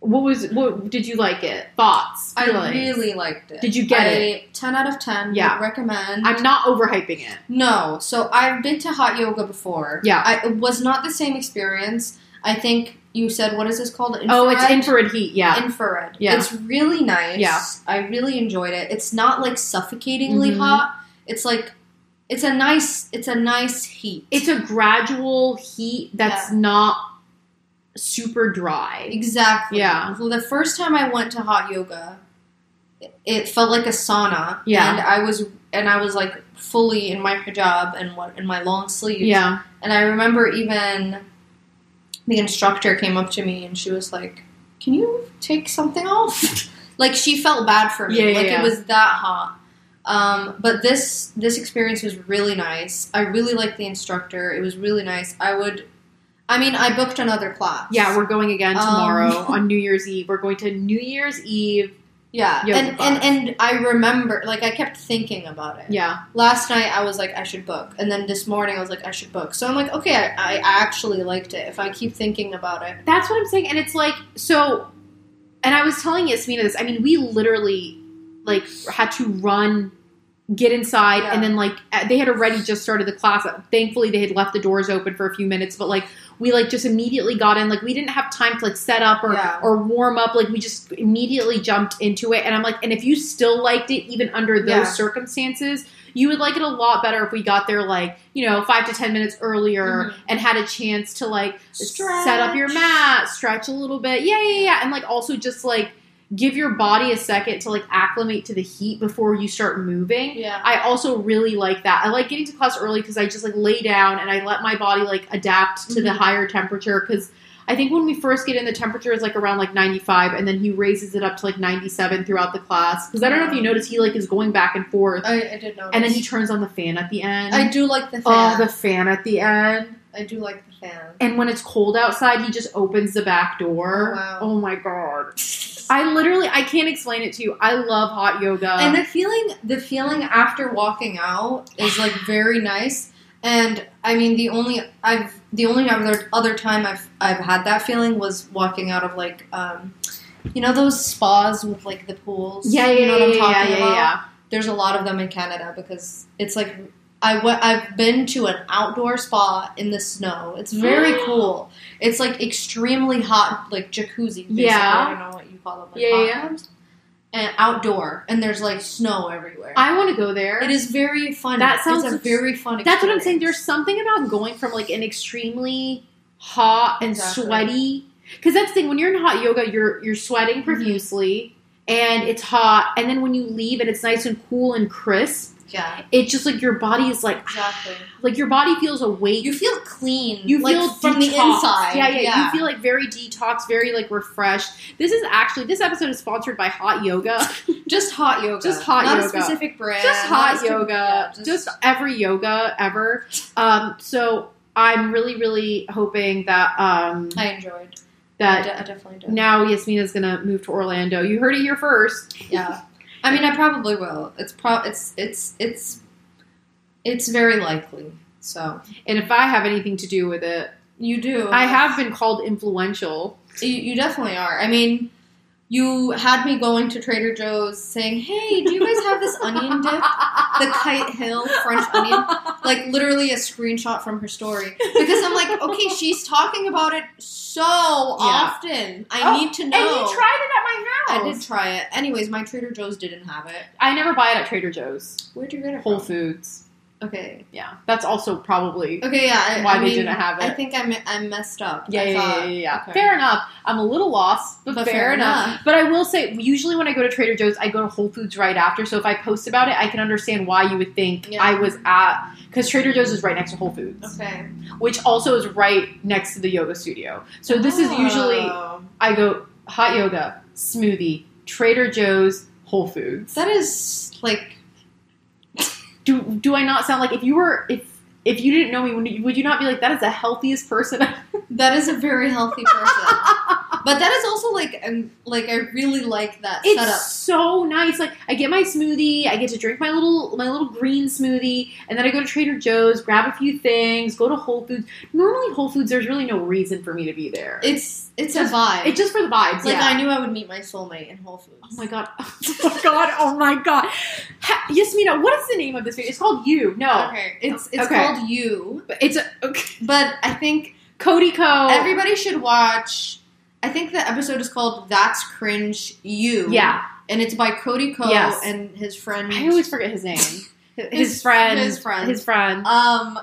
S1: what was? What did you like it? Thoughts?
S2: I
S1: feelings?
S2: really liked it.
S1: Did you get
S2: I-
S1: it?
S2: Ten out of ten. would
S1: Yeah.
S2: recommend.
S1: I'm not overhyping it.
S2: no, so I've been to hot yoga before.
S1: Yeah.
S2: I, it was not the same experience. I think you said what is this called? Infrared?
S1: Oh, it's infrared heat. Yeah,
S2: infrared.
S1: Yeah.
S2: It's really nice.
S1: Yeah.
S2: I really enjoyed it. It's not like suffocatingly
S1: Mhm.
S2: hot. It's like it's a nice it's a nice heat.
S1: it's a gradual heat that's not super dry.
S2: Exactly.
S1: Yeah.
S2: Well, the first time I went to hot yoga, it felt like a sauna.
S1: Yeah.
S2: And I was and I was like fully in my hijab and what in my long sleeves.
S1: Yeah,
S2: And I remember even the instructor came up to me and she was like, "Can you take something off?" like she felt bad for me.
S1: Yeah, yeah,
S2: like
S1: yeah.
S2: it was that hot. Um, but this this experience was really nice. I really liked the instructor. It was really nice. I would, I mean, I booked another class.
S1: yeah. We're going again
S2: Um.
S1: tomorrow on New Year's Eve. We're going to New Year's Eve.
S2: Yeah,
S1: Yoga
S2: and,
S1: class.
S2: and and I remember, like, I kept thinking about it.
S1: Yeah,
S2: Last night I was like, I should book, and then this morning I was like, I should book. So I'm like, okay, I, I actually liked it. If I keep thinking about it,
S1: that's what I'm saying. And it's like so. And I was telling Yasmina this. I mean, we literally like had to run get inside
S2: Yeah.
S1: and then like uh, they had already just started the class thankfully they had left the doors open for a few minutes but like we like just immediately got in like we didn't have time to like set up or
S2: Yeah.
S1: or warm up like we just immediately jumped into it and i'm like and if you still liked it even under those
S2: Yeah.
S1: circumstances you would like it a lot better if we got there like you know five to ten minutes earlier
S2: Mhm.
S1: and had a chance to like set up your
S2: Stretch.
S1: mat, stretch a little bit. Yeah, yeah, yeah. And like also just like give your body a second to like acclimate to the heat before you start moving.
S2: Yeah.
S1: I also really like that. I like getting to class early because I just like lay down and I let my body like adapt to the
S2: Mhm.
S1: higher temperature because I think when we first get in, the temperature is like around like 95, and then he raises it up to like 97 throughout the class. Because I don't know if you notice, he like is going back and forth,
S2: I, I did notice.
S1: and then he turns on the fan at the end.
S2: I do like the
S1: oh,
S2: fan.
S1: the fan at the end.
S2: I do like the fan.
S1: And when it's cold outside, he just opens the back door.
S2: Oh, wow.
S1: Oh my god. I literally I can't explain it to you. I love hot yoga.
S2: and the feeling, the feeling after walking out is like very nice. And I mean, the only I've the only other other time I've I've had that feeling was walking out of like um, you know those spas with like the pools.
S1: yeah, yeah,
S2: you know what I'm
S1: yeah,
S2: talking
S1: yeah, yeah,
S2: about.
S1: yeah.
S2: There's a lot of them in Canada because it's like I w- I've been to an outdoor spa in the snow. It's very cool. It's like extremely hot, like jacuzzi. Basically.
S1: Yeah.
S2: I don't know what you call them. Like
S1: Yeah,
S2: hot
S1: yeah.
S2: tubs. And outdoor, and there's like snow everywhere.
S1: I want to go there.
S2: it is very fun.
S1: That sounds-
S2: it's a very fun.
S1: That's what I'm saying.
S2: experience.
S1: There's something about going from like an extremely hot and
S2: Exactly.
S1: sweaty because that's the thing when you're in hot yoga, you're you're sweating
S2: Mm-hmm.
S1: profusely and it's hot, and then when you leave and it's nice and cool and crisp,
S2: yeah,
S1: it's just like your body is like
S2: exactly.
S1: like your body feels awake.
S2: You feel clean.
S1: You
S2: like,
S1: feel
S2: from the
S1: detoxed.
S2: inside.
S1: Yeah, yeah, You feel like very detoxed, very like refreshed. This is actually this episode is sponsored by Hot Yoga.
S2: just hot yoga.
S1: Just hot
S2: Not
S1: yoga.
S2: a specific brand.
S1: just
S2: not a
S1: hot
S2: specific-
S1: yoga.
S2: yeah,
S1: just, every yoga ever. Um, so I'm really, really hoping that um
S2: I enjoyed. I,
S1: that
S2: de- I definitely did.
S1: now Yasmina's gonna move to Orlando. You heard it here first.
S2: Yeah. I mean, I probably will. It's pro. It's it's it's it's very likely. So
S1: And if I have anything to do with it,
S2: you do.
S1: I have been called influential.
S2: You, you definitely are. I mean, you had me going to Trader Joe's saying, "Hey, do you guys have this onion dip? The Kite Hill French onion." Like literally a screenshot from her story because I'm like, okay, she's talking about it so often. I
S1: Oh,
S2: need to
S1: And
S2: know.
S1: you tried it at my
S2: I
S1: house.
S2: did try it. Anyways, my Trader Joe's didn't have it.
S1: I never buy it at Trader Joe's.
S2: Where'd you get it
S1: Whole
S2: from?
S1: Foods.
S2: Okay,
S1: Yeah, that's also probably
S2: Okay, yeah. I,
S1: why
S2: I
S1: they
S2: mean,
S1: didn't have it.
S2: I think I, me- I messed up.
S1: yeah,
S2: I
S1: yeah, yeah,
S2: thought-
S1: yeah, yeah.
S2: okay.
S1: Fair enough. I'm a little lost, but,
S2: But
S1: fair,
S2: fair
S1: enough.
S2: enough.
S1: But I will say, usually when I go to Trader Joe's, I go to Whole Foods right after. So if I post about it, I can understand why you would think
S2: Yeah.
S1: I was at because Trader Joe's is right next to Whole Foods,
S2: Okay.
S1: which also is right next to the yoga studio. So this is usually
S2: Oh.
S1: I go hot yoga, smoothie, Trader Joe's, Whole Foods.
S2: That is like.
S1: Do do I not sound like if you were if if you didn't know me, would you- would you not be like that is the healthiest person I've
S2: That is a very healthy person. but that is also like. um, Like, I really like that
S1: It's
S2: setup.
S1: so nice. Like I get my smoothie, I get to drink my little my little green smoothie, and then I go to Trader Joe's, grab a few things, go to Whole Foods. Normally Whole Foods, there's really no reason for me to be there. It's,
S2: It's it's a vibe.
S1: just for the vibes.
S2: like
S1: yeah.
S2: I knew I would meet my soulmate in Whole Foods.
S1: Oh my god! Oh my god! Oh my god! Ha- Yasmina, what is the name of this video? It's called You. No,
S2: Okay. It's it's
S1: Oh. Okay.
S2: called You,
S1: But it's a okay.
S2: but I think
S1: Cody Co.
S2: everybody should watch. I think the episode is called "That's Cringe You."
S1: yeah,
S2: and it's by Cody Ko
S1: Yes.
S2: and his friend.
S1: I always forget his name. His,
S2: His-
S1: friend.
S2: his friend.
S1: His friend.
S2: Um,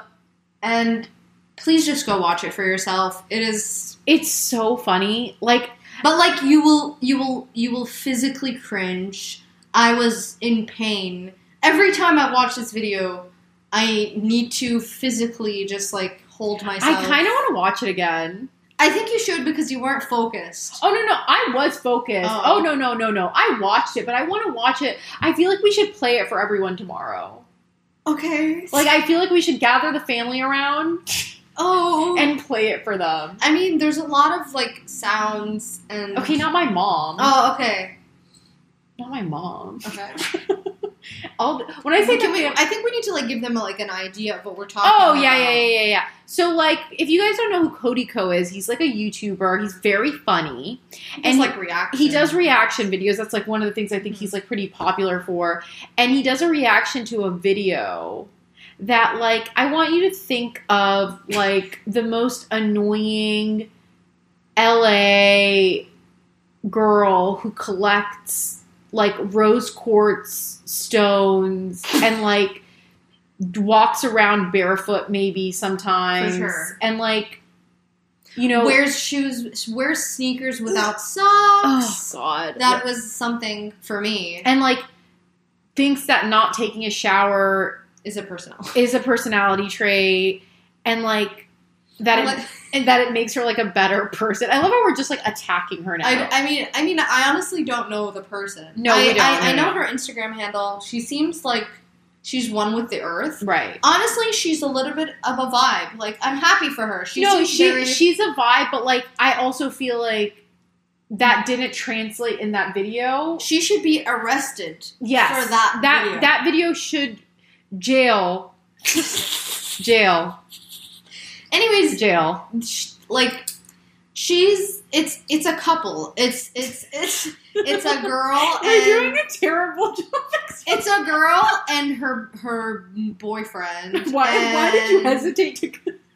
S2: and please just go watch it for yourself. It is,
S1: It's so funny. Like
S2: but like you will, you will, you will physically cringe. I was in pain every time I watch this video. I need to physically just like hold myself.
S1: I kind of want to watch it again.
S2: I think you should because you weren't focused.
S1: Oh no no, I was focused. Oh,
S2: Oh.
S1: no no no no, I watched it, but I want to watch it. I feel like we should play it for everyone tomorrow.
S2: Okay.
S1: Like I feel like we should gather the family around
S2: oh, and
S1: and play it for them.
S2: I mean, there's a lot of like sounds and
S1: Okay, not my mom.
S2: Oh, okay.
S1: Not my mom.
S2: Okay.
S1: All when I say
S2: Can
S1: that
S2: we-
S1: we-
S2: I think we need to like give them like an idea of what we're talking.
S1: Oh yeah,
S2: about.
S1: yeah, yeah, yeah, yeah. So like, if you guys don't know who Cody Co is, he's like a YouTuber. He's very funny.
S2: Just,
S1: And
S2: like reaction.
S1: He does reaction videos. That's like one of the things I think he's like pretty popular for. And he does a reaction to a video that like I want you to think of like the most annoying LA girl who collects like rose quartz stones and like walks around barefoot maybe sometimes
S2: sure.
S1: and like you know
S2: wears shoes, wears sneakers without
S1: oh
S2: socks.
S1: god
S2: That was something for me.
S1: and like thinks that not taking a shower
S2: Is it personal?
S1: is a personality trait and like that it,
S2: Like,
S1: and that it makes her like a better person. I love how we're just like attacking her now.
S2: I, I mean, I mean, I honestly don't know the person.
S1: No,
S2: I,
S1: we don't.
S2: I, I
S1: No,
S2: know
S1: no.
S2: her Instagram handle. She seems like she's one with the earth.
S1: right.
S2: Honestly, she's a little bit of a vibe. Like I'm happy for her. She's
S1: no, she
S2: very,
S1: she's a vibe, but like I also feel like that didn't translate in that video.
S2: she should be arrested
S1: Yes.
S2: for that.
S1: that
S2: video.
S1: that video should jail jail
S2: Anyways,
S1: jail.
S2: sh- like she's it's it's a couple. It's it's it's it's a girl
S1: We're doing
S2: and
S1: a terrible job.
S2: it's a girl and her her boyfriend.
S1: Why, why did you
S2: And-
S1: hesitate to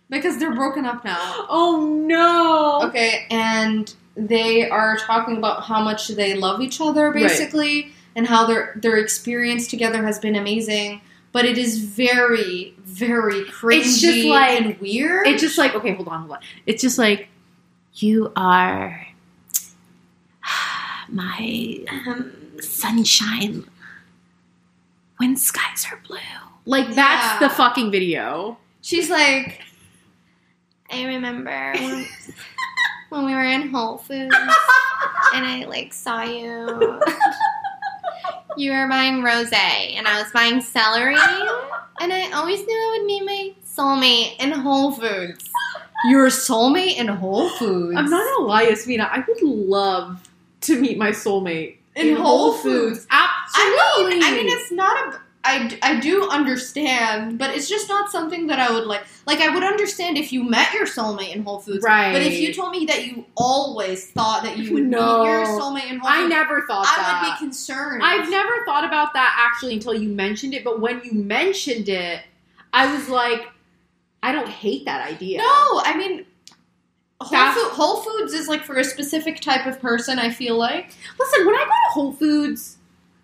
S2: Because they're broken up now.
S1: Oh no.
S2: Okay, and they are talking about how much they love each other,
S1: Right.
S2: basically, and how their their experience together has been amazing. But it is very, very cringy
S1: It's just like-
S2: and weird.
S1: It's just like, okay, hold on, hold on. It's just like, you are my
S2: Um,
S1: sunshine when skies are blue. Like, that's
S2: Yeah.
S1: the fucking video.
S2: she's like, I remember when, when we were in Whole Foods and I like saw you.
S3: You were buying rose and I was buying celery. And I always knew I would meet my soulmate in Whole Foods.
S2: Your soulmate in Whole Foods.
S1: I'm not gonna lie, Yasmina, I would love to meet my soulmate
S2: In Whole Foods. I
S1: Absolutely.
S2: mean, I mean, it's not a. I, d- I do understand, but it's just not something that I would like. Like, I would understand if you met your soulmate in Whole Foods.
S1: right.
S2: But if you told me that you always thought that you would
S1: No.
S2: meet your soulmate in Whole
S1: I
S2: Foods,
S1: never thought that.
S2: I would be concerned.
S1: I've never thought about that actually until you mentioned it, but when you mentioned it, I was like, I don't hate that idea.
S2: No, I mean. Whole,
S1: Fast-
S2: Food, Whole Foods is like for a specific type of person. I feel like
S1: Listen, when I go to Whole Foods,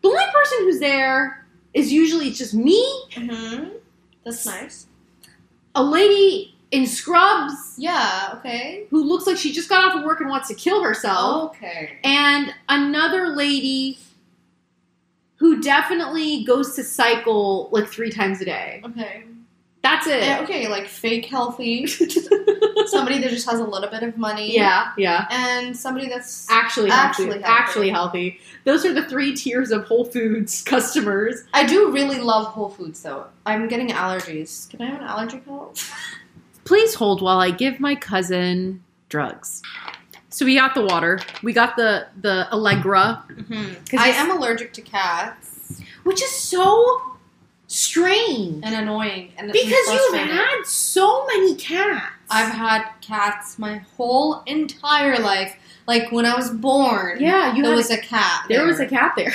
S1: the only person who's there is usually it's just me,
S2: mm-hmm. that's nice.
S1: a lady in scrubs
S2: Yeah. Okay.
S1: who looks like she just got off of work and wants to kill herself,
S2: Okay.
S1: and another lady who definitely goes to cycle like three times a day.
S2: Okay.
S1: That's it.
S2: Yeah, okay. Like fake healthy. somebody that just has a little bit of money.
S1: yeah, Ah. yeah.
S2: and somebody that's
S1: actually healthy,
S2: Actually healthy.
S1: actually healthy. Those are the three tiers of Whole Foods customers.
S2: I do really love Whole Foods though. I'm getting allergies. Can I have an allergy pill?
S1: Please hold while I give my cousin drugs. So we got the water. We got the the Allegra,
S2: I
S1: it's-
S2: am allergic to cats
S1: which is so strange
S2: and annoying and it's
S1: because you've
S2: frustrating.
S1: had so many cats.
S2: I've had cats my whole entire life. Like when I was born,
S1: yeah, you
S2: there
S1: had,
S2: was a cat.
S1: there was a cat there.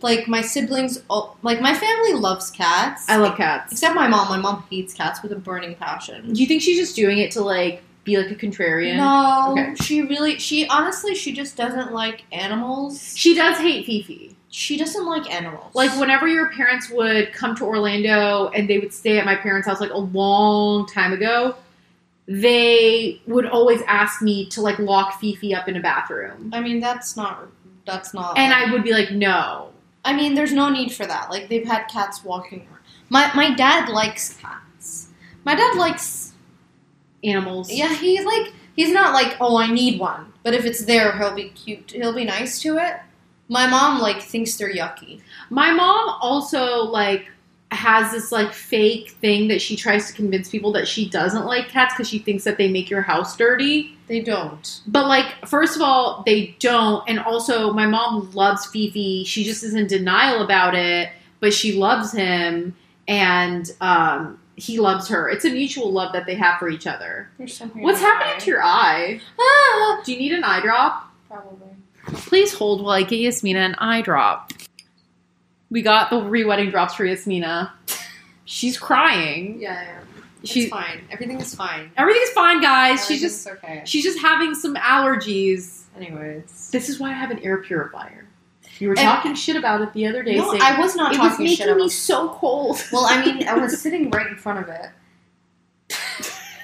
S2: like my siblings. all like my family loves cats.
S1: I love cats.
S2: except my mom. My mom hates cats with a burning passion.
S1: Do you think she's just doing it to like be like a contrarian?
S2: No,
S1: Okay.
S2: she really, she honestly, she just doesn't like animals.
S1: She does hate Fifi.
S2: She doesn't like animals.
S1: Like whenever your parents would come to Orlando and they would stay at my parents' house like a long time ago, they would always ask me to like lock Fifi up in a bathroom.
S2: I mean, that's not. That's not.
S1: And I would be like, "No."
S2: I mean, there's no need for that. Like they've had cats walking around. My my dad likes cats. My dad likes.
S1: Animals.
S2: Yeah, he's like he's not like oh I need one, but if it's there, he'll be cute. He'll be nice to it. My mom like thinks they're yucky.
S1: My mom also like has this like fake thing that she tries to convince people that she doesn't like cats cuz she thinks that they make your house dirty.
S2: They don't.
S1: But like first of all, they don't and also my mom loves Fifi. She just is in denial about it. but she loves him and um, he loves her. It's a mutual love that they have for each other. What's happening to your eye?
S2: Ah,
S1: Do you need an eye drop?
S2: probably.
S1: Please hold while I get Yasmina an eye drop. We got the re-wedding drops for Yasmina. She's crying.
S2: Yeah, yeah.
S4: It's
S1: She
S4: fine. Everything is fine.
S1: everything's fine, guys. She's just
S4: Everything's okay.
S1: she's just having some allergies.
S4: Anyways,
S1: This is why I have an air purifier. You were
S2: And-
S1: talking shit about it the other day.
S2: No,
S1: saying,
S2: I was not
S1: it was
S2: talking shit.
S1: making
S2: about-
S1: me so cold.
S2: well, I mean, I was sitting right in front of it.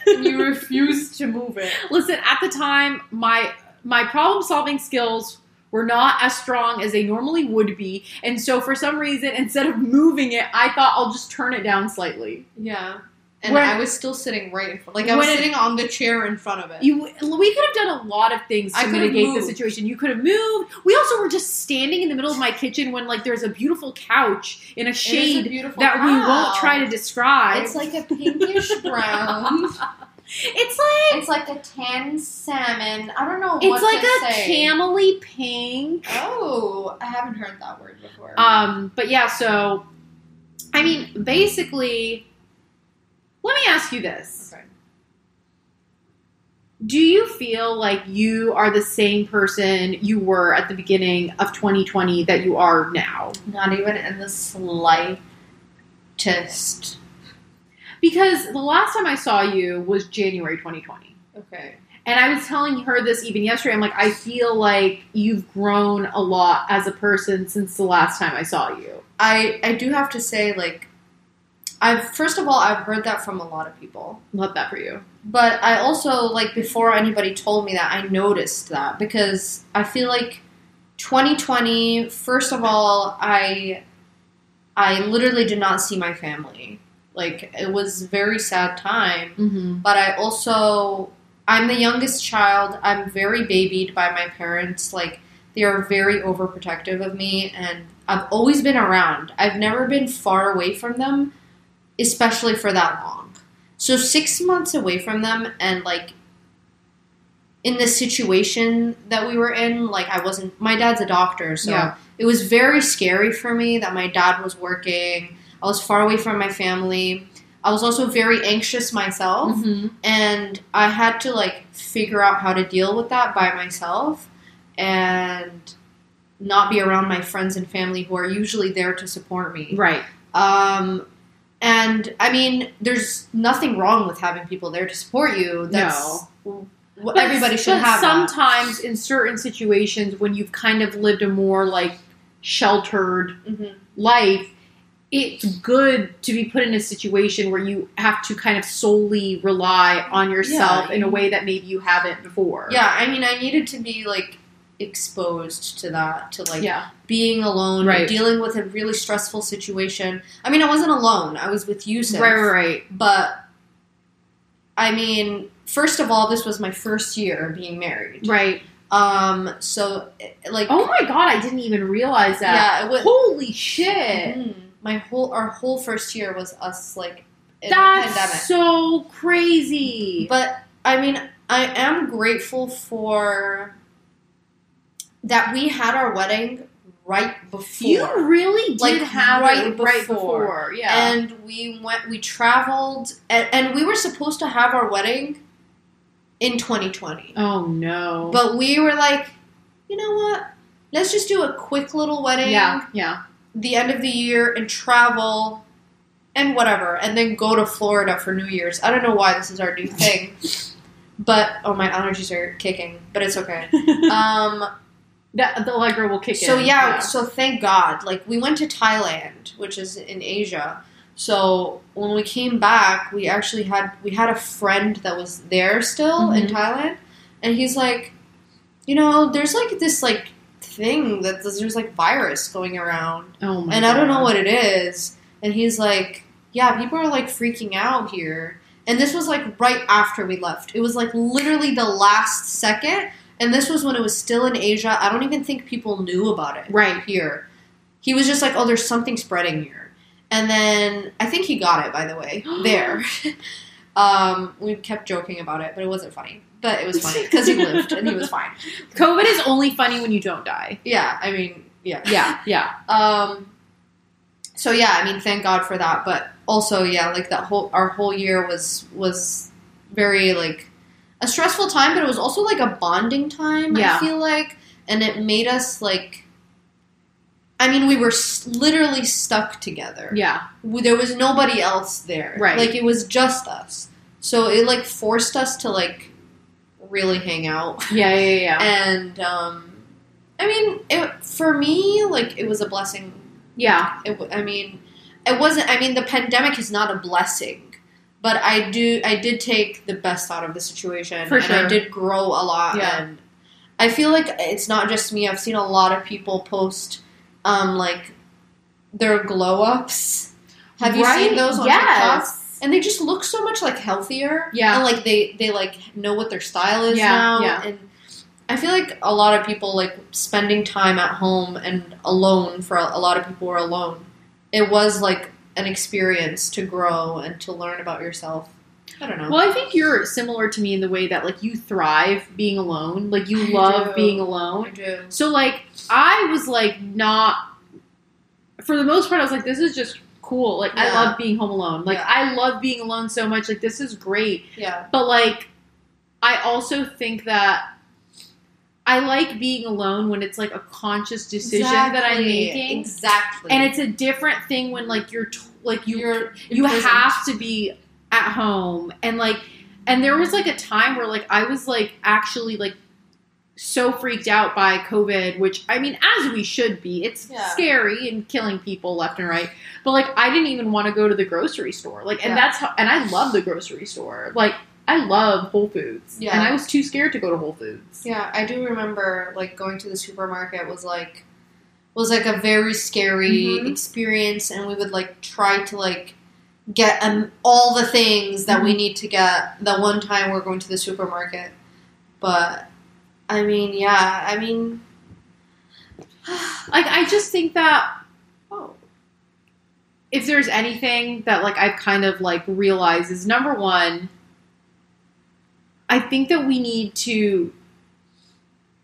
S2: You refused to move it.
S1: Listen, at the time, my my problem solving skills were not as strong as they normally would be, and so for some reason, instead of moving it, I thought I'll just turn it down slightly.
S2: Yeah. And
S1: When-
S2: I was still sitting right in front. Like I was
S1: When it-
S2: sitting on the chair in front of it.
S1: You, we could have done a lot of things to
S2: I could have
S1: mitigate the
S2: moved.
S1: situation. You could have moved. We also were just standing in the middle of my kitchen when like there's a beautiful couch in a
S2: It is a
S1: shade
S2: beautiful
S1: that we
S2: wow.
S1: won't try to describe.
S3: It's like a pinkish brown.
S1: it's like
S3: it's like a tan salmon. I don't know
S1: it's
S3: what
S1: like
S3: to
S1: a
S3: say.
S1: camely pink.
S3: Oh, I haven't heard that word before.
S1: Um, but yeah, so I mean, basically, let me ask you this:
S2: Okay.
S1: Do you feel like you are the same person you were at the beginning of 2020 that you are now?
S2: Not even in the slightest.
S1: Because the last time I saw you was January 2020.
S2: Okay.
S1: And I was telling her this even yesterday. I'm like, I feel like you've grown a lot as a person since the last time I saw you.
S2: I I do have to say like I've first of all I've heard that from a lot of people.
S1: Love that for you.
S2: But I also like before anybody told me that I noticed that because I feel like 2020 first of all I I literally did not see my family. Like it was a very sad time.
S1: Mm-hmm.
S2: but I also I'm the youngest child. I'm very babied by my parents. Like they are very overprotective of me and I've always been around. I've never been far away from them, especially for that long. So 6 months away from them and like in the situation that we were in, like I wasn't my dad's a doctor, so
S1: Yeah.
S2: it was very scary for me that my dad was working. I was far away from my family. I was also very anxious myself
S1: Mm-hmm.
S2: and I had to like figure out how to deal with that by myself and not be around my friends and family who are usually there to support me.
S1: Right.
S2: Um, and I mean, there's nothing wrong with having people there to support you. That's what
S1: But-
S2: everybody should
S1: but
S2: have. that.
S1: Sometimes, in certain situations, when you've kind of lived a more like sheltered
S2: Mhm.
S1: life, it's good to be put in a situation where you have to kind of solely rely on yourself
S2: Yeah,
S1: in a
S2: you-
S1: way that maybe you haven't before.
S2: Yeah, I mean, I needed to be like exposed to that, to like
S1: yeah,
S2: being alone,
S1: Right.
S2: dealing with a really stressful situation. I mean, I wasn't alone. I was with you,
S1: right, right, right.
S2: But I mean, first of all, this was my first year being married.
S1: right.
S2: Um, so eh, like,
S1: Oh my god, I didn't even realize that.
S2: yeah, it was
S1: Holy shit.
S2: Mhm. my whole our whole first year was us like in
S1: That's
S2: the pandemic.
S1: so crazy.
S2: But I mean, I am grateful for that we had our wedding right before.
S1: you really did
S2: Like,
S1: have
S2: right
S1: it right
S2: before.
S1: before. Yeah.
S2: and we went we traveled and, and we were supposed to have our wedding in 2020
S1: Oh no.
S2: But we were like, you know what? Let's just do a quick little wedding,
S1: yeah, yeah.
S2: the end of the year, and travel and whatever, and then go to Florida for New Year's. I don't know why this is our new thing, but oh, my allergies are kicking, but it's okay. Um,
S1: That the Allegra will kick
S2: so
S1: in.
S2: yeah, so thank God. Like we went to Thailand, which is in Asia. So when we came back, we actually had we had a friend that was there still
S1: Mm-hmm.
S2: in Thailand, and he's like, you know, there's like this like thing that there's like virus going around,
S1: Oh my
S2: and I don't know
S1: God.
S2: what it is. And he's like, yeah, people are like freaking out here. And this was like right after we left. It was like literally the last second. And this was when it was still in Asia. I don't even think people knew about it
S1: Right.
S2: here. He was just like, oh, there's something spreading here. And then I think he got it, by the way, there. um, we kept joking about it, but it wasn't funny. But it was funny because he lived and he was fine.
S1: COVID is only funny when you don't die.
S2: Yeah, I mean, yeah.
S1: Yeah, yeah.
S2: Um, so yeah, I mean, thank God for that. But also, yeah, like that whole our whole year was was very like a stressful time, but it was also like a bonding time.
S1: Yeah.
S2: I feel like, and it made us like. I mean, we were s- literally stuck together.
S1: Yeah.
S2: W- There was nobody else there.
S1: Right.
S2: Like it was just us. So it like forced us to like really hang out
S1: Yeah. Yeah. Yeah.
S2: and um, I mean, it, for me, like it was a blessing.
S1: yeah.
S2: It, w- I mean, it wasn't. I mean, the pandemic is not a blessing, but I do. I did take the best out of the situation,
S1: For
S2: and I
S1: sure.
S2: did grow a lot.
S1: Yeah.
S2: And I feel like it's not just me. I've seen a lot of people post, um, like their glow ups. Have you
S1: Right?
S2: seen those on TikTok?
S1: yes.
S2: and they just look so much like healthier.
S1: Yeah.
S2: and like they they like know what their style is
S1: Yeah,
S2: now.
S1: yeah.
S2: and I feel like a lot of people like spending time at home and alone. For a, a lot of people, were alone. It was like an experience to grow and to learn about yourself. I don't know.
S1: Well, I think you're similar to me in the way that like you thrive being alone. Like you
S2: I
S1: love
S2: do.
S1: being
S2: I
S1: alone.
S2: do.
S1: So like I was like not for the most part I was like this is just cool. Like I
S2: Yeah.
S1: love being home alone. Like
S2: Yeah.
S1: I love being alone so much. Like this is great.
S2: Yeah,
S1: But like, I also think that I like being alone when it's like a conscious decision that I'm
S2: Exactly.
S1: making,
S2: exactly,
S1: and it's a different thing when like you're t- like you
S2: You're
S1: you
S2: imprisoned.
S1: have to be at home and like and there was like a time where like I was like actually like so freaked out by COVID, which I mean, as we should be, it's
S2: Yeah.
S1: scary and killing people left and right. But like, I didn't even want to go to the grocery store. Like, and
S2: Yeah.
S1: that's how, and I love the grocery store. Like, I love Whole Foods,
S2: Yeah.
S1: and I was too scared to go to Whole Foods.
S2: Yeah, I do remember like going to the supermarket was like was like a very scary
S1: Mhm.
S2: experience, and we would like try to like get um, all the things that we need to get the one time we're going to the supermarket. But I mean, yeah, I mean,
S1: Like, I just think that
S2: oh,
S1: if there's anything that like I've kind of like realized is number one, I think that we need to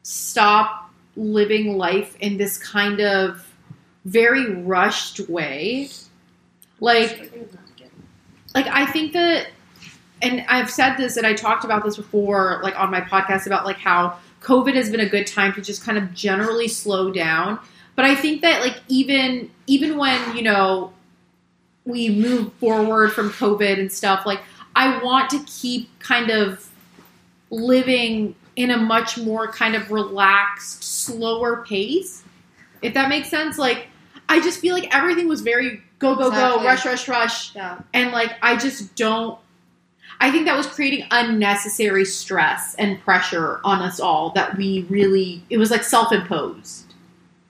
S1: stop living life in this kind of very rushed way. Like like I think that and I've said this and I talked about this before like on my podcast about like how COVID has been a good time to just kind of generally slow down. But I think that like even even when, you know, we move forward from COVID and stuff, like I want to keep kind of living in a much more kind of relaxed, slower pace. If that makes sense, like I just feel like everything was very go go go,
S2: Exactly.
S1: rush rush rush
S2: yeah,
S1: and like I just don't. I think that was creating unnecessary stress and pressure on us all that we really. It was like self-imposed.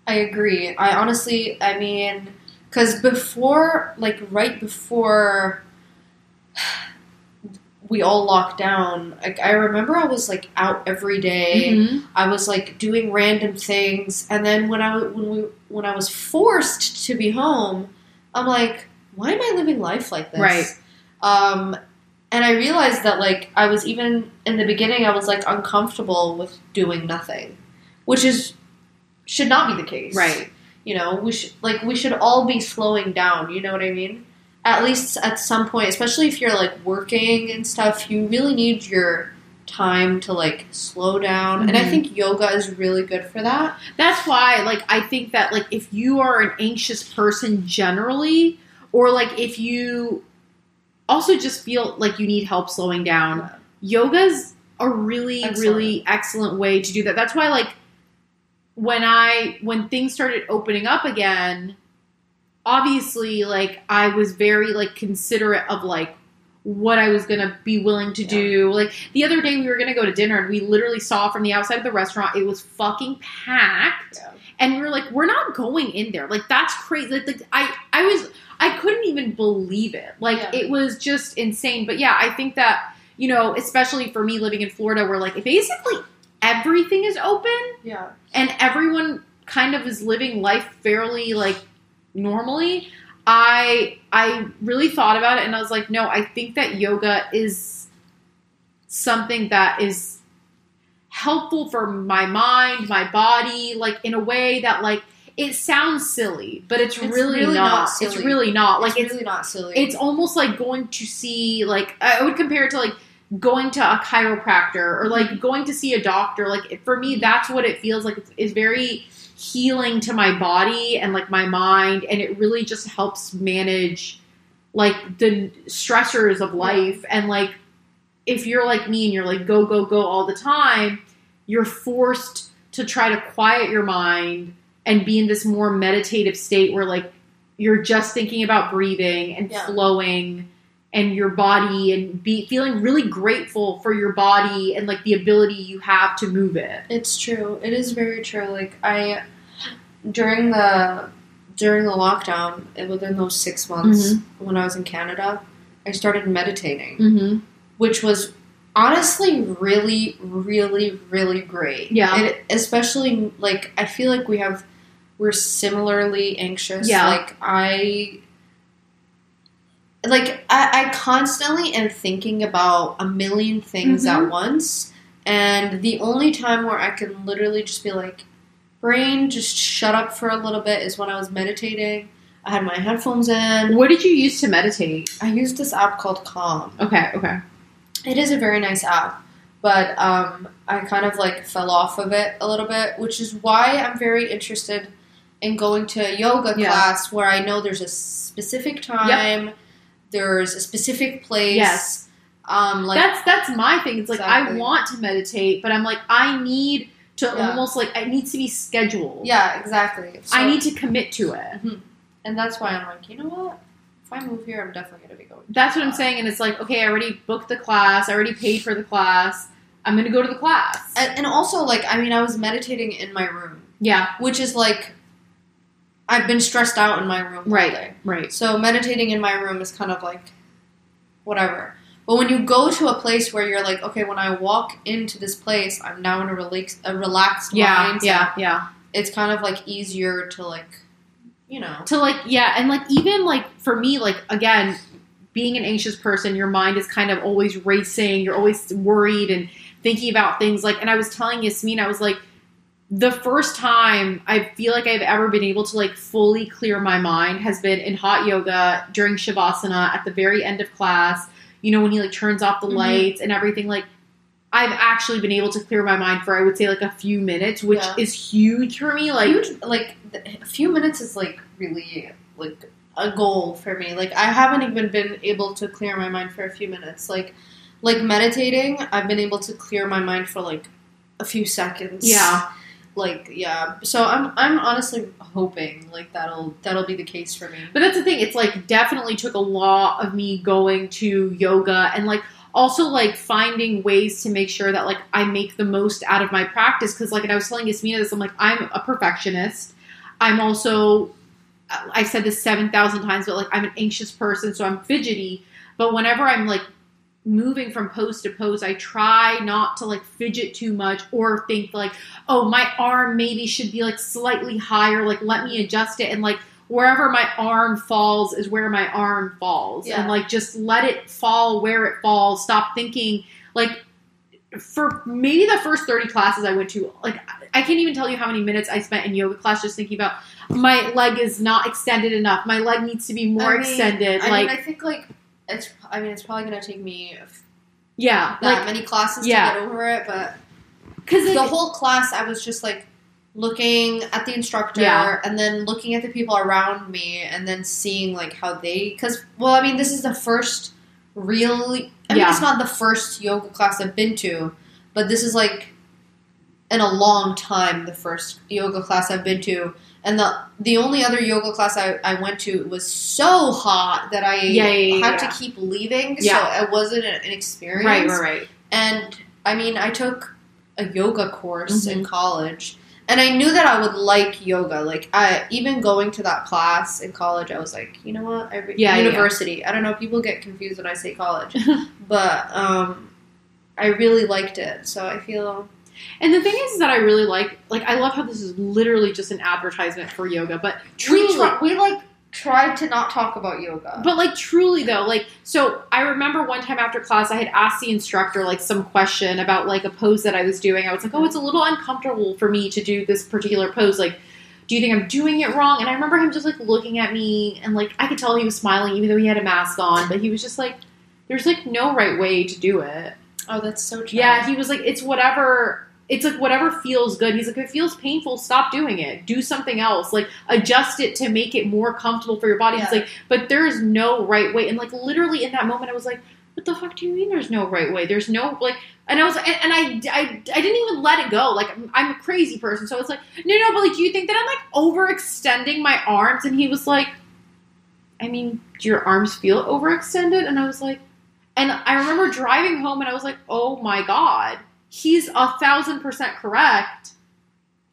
S2: I agree. I honestly, I mean, because before, like right before we all locked down, like I remember I was like out every day.
S1: Mm-hmm.
S2: I was like doing random things, and then when I when we when I was forced to be home, I'm like, why am I living life like this?
S1: Right.
S2: Um, and I realized that like I was even in the beginning, I was like uncomfortable with doing nothing, which is should not be the case,
S1: Right.
S2: You know, we should like we should all be slowing down. You know what I mean? At least at some point, especially if you're like working and stuff, you really need your time to like slow down. And I
S1: Mhm.
S2: think yoga is really good for that.
S1: That's why, like, I think that like if you are an anxious person generally, or like if you also just feel like you need help slowing down, yoga's a really
S2: Excellent.
S1: really excellent way to do that that's why like when i when things started opening up again obviously like i was very like considerate of like what i was gonna be willing to
S2: Yeah.
S1: do like the other day we were gonna go to dinner and we literally saw from the outside of the restaurant it was fucking packed
S2: Yeah.
S1: and we were like we're not going in there like that's crazy like, like, i i was i couldn't even believe it like
S2: Yeah.
S1: it was just insane but yeah i think that you know, especially for me living in Florida, where like basically everything is open
S2: Yeah.
S1: and everyone kind of is living life fairly like normally. I I really thought about it and I was like, no, I think that yoga is something that is helpful for my mind, my body, like in a way that like it sounds silly, but it's,
S2: It's
S1: really,
S2: really
S1: not.
S2: not
S1: It's
S2: silly.
S1: really not. Like
S2: Like
S1: it's
S2: it's really not silly.
S1: it's almost like going to see like I would compare it to like going to a chiropractor or like going to see a doctor. Like it- for me, that's what it feels like. It's, it's very healing to my body and like my mind, and it really just helps manage like the stressors of life and like if you're like me and you're like go go go all the time you're forced to try to quiet your mind and be in this more meditative state where like you're just thinking about breathing and
S2: Yeah.
S1: flowing and your body and be feeling really grateful for your body and like the ability you have to move it
S2: It's true. It is very true. Like I during the during the lockdown, it- within those six months when I was in Canada, I started meditating,
S1: mm-hmm.
S2: which was honestly really, really, really great.
S1: Yeah.
S2: It, especially like I feel like we have we're similarly anxious.
S1: Yeah.
S2: Like I like I, I constantly am thinking about a million things at
S1: Mm-hmm.
S2: once and the only time where i can literally just be like brain just shut up for a little bit is when i was meditating i had my headphones in
S1: what did you use to meditate
S2: i used this app called calm
S1: okay okay
S2: it is a very nice app but um, i kind of like fell off of it a little bit which is why i'm very interested in going to a yoga
S1: Yeah.
S2: class where i know there's a specific time there's a specific place
S1: Yes.
S2: um, like
S1: that's that's my thing it's like i
S2: Exactly.
S1: want to meditate but i'm like i need to
S2: Yeah.
S1: almost like it needs to be scheduled
S2: yeah exactly
S1: i
S2: So-
S1: need to commit to it
S2: And that's why I'm like, you know what? If I move here, I'm definitely gonna be going.
S1: That's what I'm saying, and it's like, okay, I already booked the class, I already paid for the class, I'm gonna go to the class.
S2: And, and also, like, I mean, I was meditating in my room,
S1: yeah,
S2: which is like, I've been stressed out in my room all
S1: right,
S2: day.
S1: right.
S2: So meditating in my room is kind of like, whatever. But when you go to a place where you're like, okay, when I walk into this place, I'm now in a relax, a relaxed
S1: Yeah,
S2: mindset.
S1: yeah, yeah.
S2: It's kind of like easier to like, you know.
S1: To like, yeah, and like even like for me, like again, being an anxious person, your mind is kind of always racing, you're always worried and thinking about things. Like, and I was telling Yasmin, I was like, the first time I feel like I've ever been able to like fully clear my mind has been in hot yoga during Shavasana at the very end of class. You know, when he like turns off the
S2: Mhm.
S1: lights and everything, like I've actually been able to clear my mind for I would say like a few minutes, which
S2: Yeah.
S1: is huge for me. Like,
S2: huge like th- a few minutes is like really like a goal for me like i haven't even been able to clear my mind for a few minutes like like meditating i've been able to clear my mind for like a few seconds
S1: yeah,
S2: like yeah so i'm i'm honestly hoping like that'll that'll be the case for me
S1: But that's the thing. It's like definitely took a lot of me going to yoga and like also like finding ways to make sure that like I make the most out of my practice. Cause like, and I was telling Yasmina this, I'm like, I'm a perfectionist. I'm also, I've said this 7,000 times, but like I'm an anxious person. So I'm fidgety. But whenever I'm like, moving from pose to pose i try not to like fidget too much or think like oh my arm maybe should be like slightly higher like let me adjust it and like wherever my arm falls is where my arm falls
S2: Yeah.
S1: and like just let it fall where it falls stop thinking like for maybe the first 30 classes i went to like i can't even tell you how many minutes i spent in yoga class just thinking about my leg is not extended enough my leg needs to be more
S2: I mean,
S1: extended
S2: i
S1: like
S2: mean i think like it's i mean it's probably gonna take me f-
S1: yeah
S2: that
S1: like
S2: many classes
S1: yeah.
S2: to get over it but
S1: because
S2: the whole class I was just like looking at the instructor
S1: Yeah.
S2: and then looking at the people around me and then seeing like how they because well I mean this is the first really I mean
S1: Yeah.
S2: it's not the first yoga class I've been to but this is like in a long time the first yoga class I've been to and the the only other yoga class I, I went to was so hot that I
S1: Yeah, yeah, yeah,
S2: had
S1: yeah.
S2: to keep leaving
S1: Yeah.
S2: so it wasn't an an experience
S1: right right right
S2: and I mean, I took a yoga course
S1: Mhm.
S2: in college, and I knew that I would like yoga. Like, I even going to that class in college, I was like, you know what? I re-
S1: Yeah, yeah,
S2: university. I don't know. People get confused when I say college, but um, I really liked it. So I feel
S1: And the thing is, that I really like, like, I love how this is literally just an advertisement for yoga, but
S2: we
S1: truly,
S2: try, we like tried to not talk about yoga.
S1: but like, truly though, like, so I remember one time after class, I had asked the instructor, like, some question about, like, a pose that I was doing. I was like, oh, it's a little uncomfortable for me to do this particular pose. Like, do you think I'm doing it wrong? And I remember him just like looking at me and like I could tell he was smiling even though he had a mask on, but he was just like, there's like no right way to do it.
S2: Oh, that's so true.
S1: Yeah, he was like, it's whatever. It's like whatever feels good. He's like, if it feels painful, stop doing it. Do something else. Like adjust it to make it more comfortable for your body. He's
S2: Yeah.
S1: like, but there is no right way. And like literally in that moment, I was like, what the fuck do you mean? There's no right way. There's no like. And I was and, and I, I I didn't even let it go. Like I'm, I'm a crazy person, so it's like no no. But like, do you think that I'm like overextending my arms? And he was like, I mean, do your arms feel overextended? And I was like. And I remember driving home and I was like, oh my God, he's a thousand percent correct.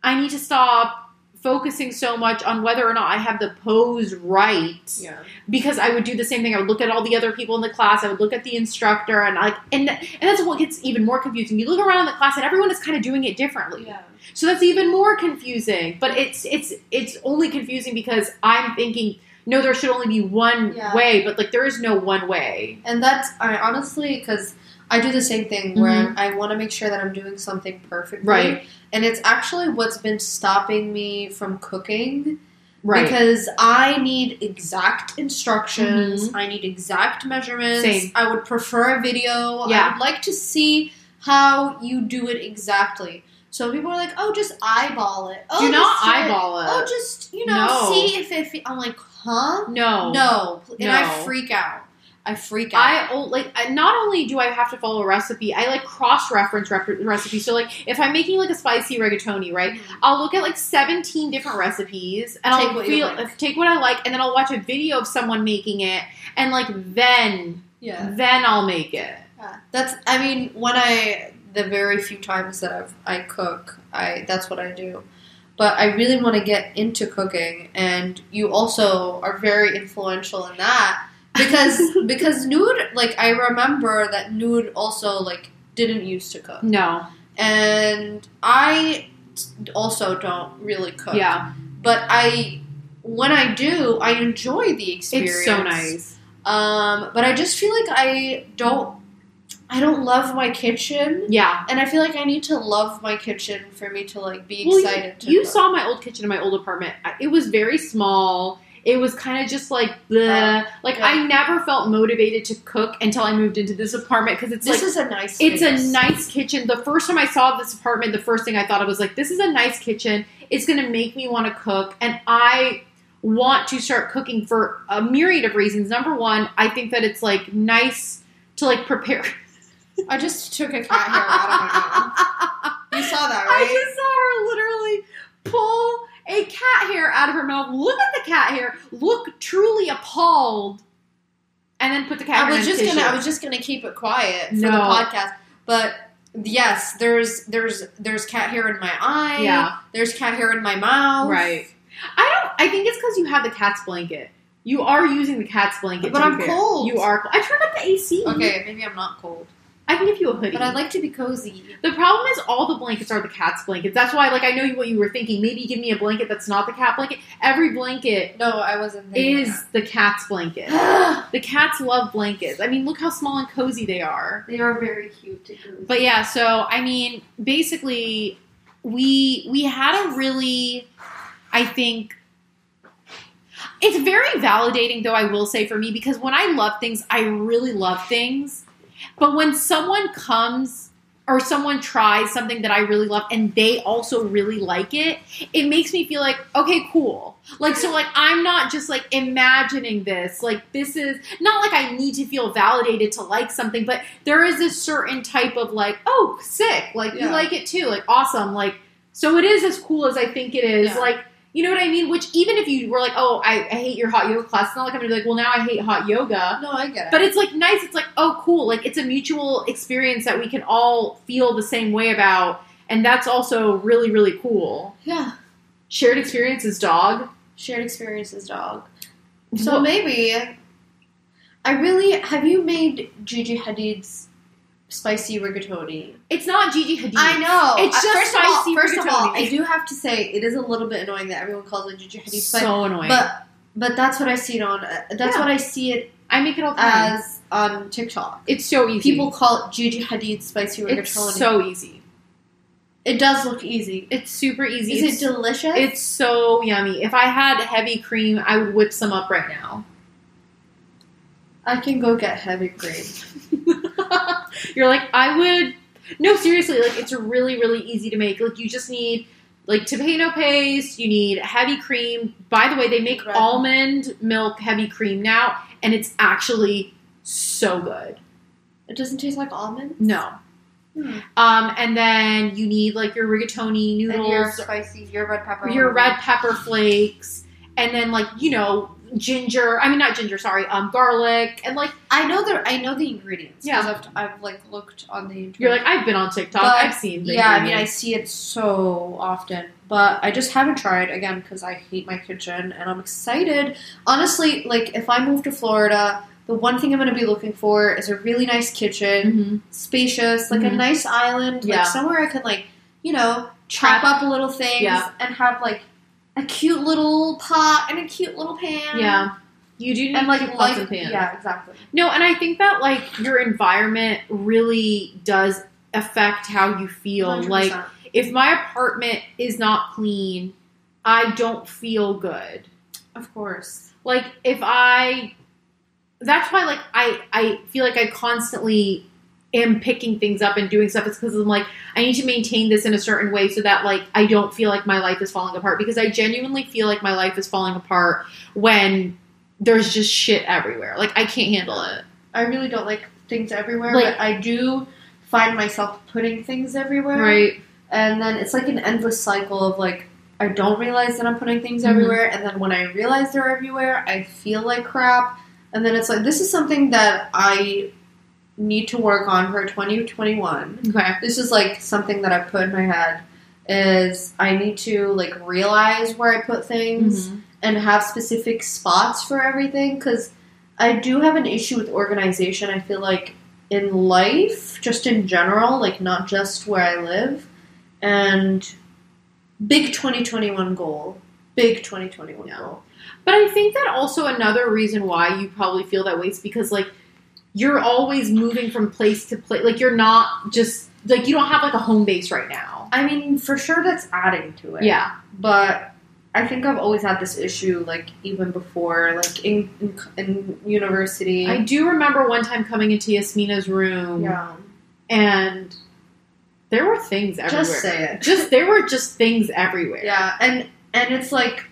S1: I need to stop focusing so much on whether or not I have the pose right
S2: Yeah.
S1: because I would do the same thing. I would look at all the other people in the class. I would look at the instructor, and like, and and that's what gets even more confusing. You look around in the class, and everyone is kind of doing it differently.
S2: Yeah.
S1: So that's even more confusing. But it's it's it's only confusing because I'm thinking, no, there should only be one
S2: Yeah.
S1: way, but like there is no one way.
S2: And that's I honestly because I do the same thing where I want to make sure that I'm doing something perfectly.
S1: Mm-hmm. Right.
S2: And it's actually what's been stopping me from cooking
S1: Right.
S2: because I need exact instructions. I need exact measurements.
S1: Mm-hmm. Same.
S2: I would prefer a video. I
S1: Yeah.
S2: would like to see how you do it exactly. So people are like, "Oh, just eyeball it. Oh,
S1: do not
S2: just do it.
S1: eyeball it.
S2: Oh, just you know,
S1: No.
S2: see if it. Fe-. I'm like, huh?
S1: no.
S2: No. And I
S1: No.
S2: freak out. I freak out.
S1: I oh, like I- not only do I have to follow a recipe, I like cross reference rep- recipes. So like if I'm making like a spicy rigatoni, right? I'll look at like 17 different recipes and
S2: Take
S1: I'll
S2: what you
S1: feel
S2: like.
S1: take what I like and then I'll watch a video of someone making it and like then
S2: Yeah.
S1: then I'll make it.
S2: That's I mean, when I the very few times that I've, I cook, I that's what I do. But I really want to get into cooking and you also are very influential in that because because nude like I remember that nude also like didn't used to cook.
S1: No.
S2: And I also don't really cook.
S1: Yeah.
S2: But I when I do, I enjoy the experience.
S1: It's so nice.
S2: Um, but I just feel like I don't I don't love my kitchen.
S1: Yeah.
S2: And I feel like I need to love my kitchen for me to like be
S1: Well, you-
S2: excited to
S1: you
S2: cook.
S1: saw my old kitchen in my old apartment. I- It was very small. It was kind of just like bleh. like
S2: yeah.
S1: I never felt motivated to cook until I moved into this apartment because it's
S2: this
S1: like
S2: is a nice
S1: It's
S2: space.
S1: a nice kitchen. The first time I saw this apartment, the first thing I thought of was like, this is a nice kitchen. It's going to make me want to cook. And I want to start cooking for a myriad of reasons. Number one, I think that it's like nice to like prepare.
S2: I just took a cat hair out of my mouth. You saw that,
S1: I
S2: right?
S1: just saw her literally pull a cat hair out of her mouth, look at the cat hair, look truly appalled, and then put the cat hair
S2: I
S1: in
S2: was
S1: a
S2: just gonna
S1: tissue.
S2: I was just gonna keep it quiet for the
S1: No.
S2: podcast. But yes, there's there's there's cat hair in my eye.
S1: Yeah.
S2: There's cat hair in my mouth.
S1: Right. I don't. I think it's because you have the cat's blanket. You are using the cat's blanket,
S2: But
S1: to be
S2: I'm
S1: fair.
S2: cold.
S1: You are. Cold. I turned up the AC.
S2: Okay, maybe I'm not cold.
S1: I can give you a hoodie.
S2: But I like to be cozy.
S1: the problem is all the blankets are the cat's blankets. That's why, like, I know what you were thinking. Maybe give me a blanket that's not the cat blanket. Every blanket
S2: No, I wasn't thinking
S1: is the cat's blanket.
S2: that.
S1: the cats love blankets. I mean, look how small and cozy they are.
S2: They are very cute to do.
S1: But yeah, so I mean, basically, we we had a really, I think, it's very validating though. I will say for me because when I love things, I really love things. But when someone comes or someone tries something that I really love and they also really like it, it makes me feel like okay, cool. Like so, like I'm not just like imagining this. Like this is not like I need to feel validated to like something, but there is a certain type of like, oh, sick, like you
S2: Yeah.
S1: like it too, like awesome, like so it is as cool as I think it is,
S2: Yeah.
S1: like. You know what I mean? Which even if you were like, "Oh, I, I hate your hot yoga class," it's not like I'm gonna be like, "Well, now I hate hot yoga."
S2: No, I get it.
S1: But it's like nice. It's like, "Oh, cool!" Like it's a mutual experience that we can all feel the same way about, and that's also really, really cool.
S2: yeah,
S1: Shared experiences, dog.
S2: shared experiences, dog. So
S1: What-
S2: maybe I really have you made Gigi Hadid's spicy rigatoni?
S1: It's not Gigi Hadid.
S2: I know.
S1: It's
S2: Uh,
S1: just
S2: first of all-
S1: spicy
S2: first of all,
S1: rigatoni.
S2: I do have to say it is a little bit annoying that everyone calls it Gigi Hadid,
S1: It's
S2: but
S1: so annoying.
S2: but but that's what I see it on. uh, That's
S1: Yeah.
S2: what I see it
S1: I make it all the time.
S2: as on TikTok.
S1: it's so easy.
S2: People call it Gigi Hadid spicy rigatoni.
S1: it's so easy.
S2: It does look easy.
S1: It's super easy.
S2: Is
S1: it's,
S2: it delicious?
S1: it's so yummy. If I had heavy cream, I would whip some up right now.
S2: I can go get heavy cream.
S1: You're like, I would. No, seriously, like it's really, really easy to make. Like you just need like tomato paste. You need heavy cream. By the way, they make
S2: Right.
S1: almond milk heavy cream now, and it's actually so good.
S2: It doesn't taste like almond.
S1: No.
S2: Hmm.
S1: Um, and then you need like your rigatoni
S4: And your
S1: noodles,
S4: spicy, your red pepper.
S1: your
S4: whatever.
S1: red pepper flakes, and then like you know ginger. I mean, not ginger. Sorry, um, garlic, and like
S2: I know the I know the ingredients. 'cause
S1: Yeah.
S2: I've, I've like looked on the internet.
S1: you're like I've been on TikTok.
S2: But,
S1: I've seen. the
S2: yeah, I mean, I
S1: ingredients.
S2: see it so often, but I just haven't tried again because I hate my kitchen and I'm excited. Honestly, like if I move to Florida, the one thing I'm going to be looking for is a really nice kitchen,
S1: Mhm.
S2: spacious, like
S1: Mhm.
S2: a nice island,
S1: Yeah.
S2: like somewhere I can like you know chop up a little things
S1: Yeah.
S2: and have like a cute little pot and a cute little pan.
S1: yeah. You do need
S2: And like,
S1: lots
S2: like
S1: of pans.
S2: yeah, exactly.
S1: No, and I think that like your environment really does affect how you feel. Like
S2: 100%.
S1: if my apartment is not clean, I don't feel good.
S2: of course,
S1: like if i that's why like i i feel like i constantly am picking things up and doing stuff it's because i'm like i need to maintain this in a certain way so that like i don't feel like my life is falling apart because i genuinely feel like my life is falling apart when there's just shit everywhere like i can't handle it
S2: I really don't like things everywhere,
S1: Like-
S2: but I do find myself putting things everywhere.
S1: right
S2: And then it's like an endless cycle of like, I don't realize that I'm putting things
S1: Mhm.
S2: everywhere. And then when I realize they're everywhere, I feel like crap. And then it's like, this is something that I need to work on for 2021.
S1: okay
S2: This is like something that I put in my head is I need to like realize where I put
S1: Mm-hmm.
S2: things and have specific spots for everything because I do have an issue with organization. I feel like in life, just in general, like not just where I live, and big 2021 goal. Big 2021
S1: Yeah.
S2: goal.
S1: But I think that also another reason why you probably feel that way is because like you're always moving from place to place. Like you're not just like you don't have like a home base right now.
S2: I mean, for sure that's adding to it.
S1: Yeah.
S2: But I think I've always had this issue, like even before, like in, in, in university.
S1: I do remember one time coming into Yasmina's room
S2: yeah.
S1: and there were things everywhere.
S2: Just say it.
S1: Just there were just things everywhere.
S2: Yeah, and and it's like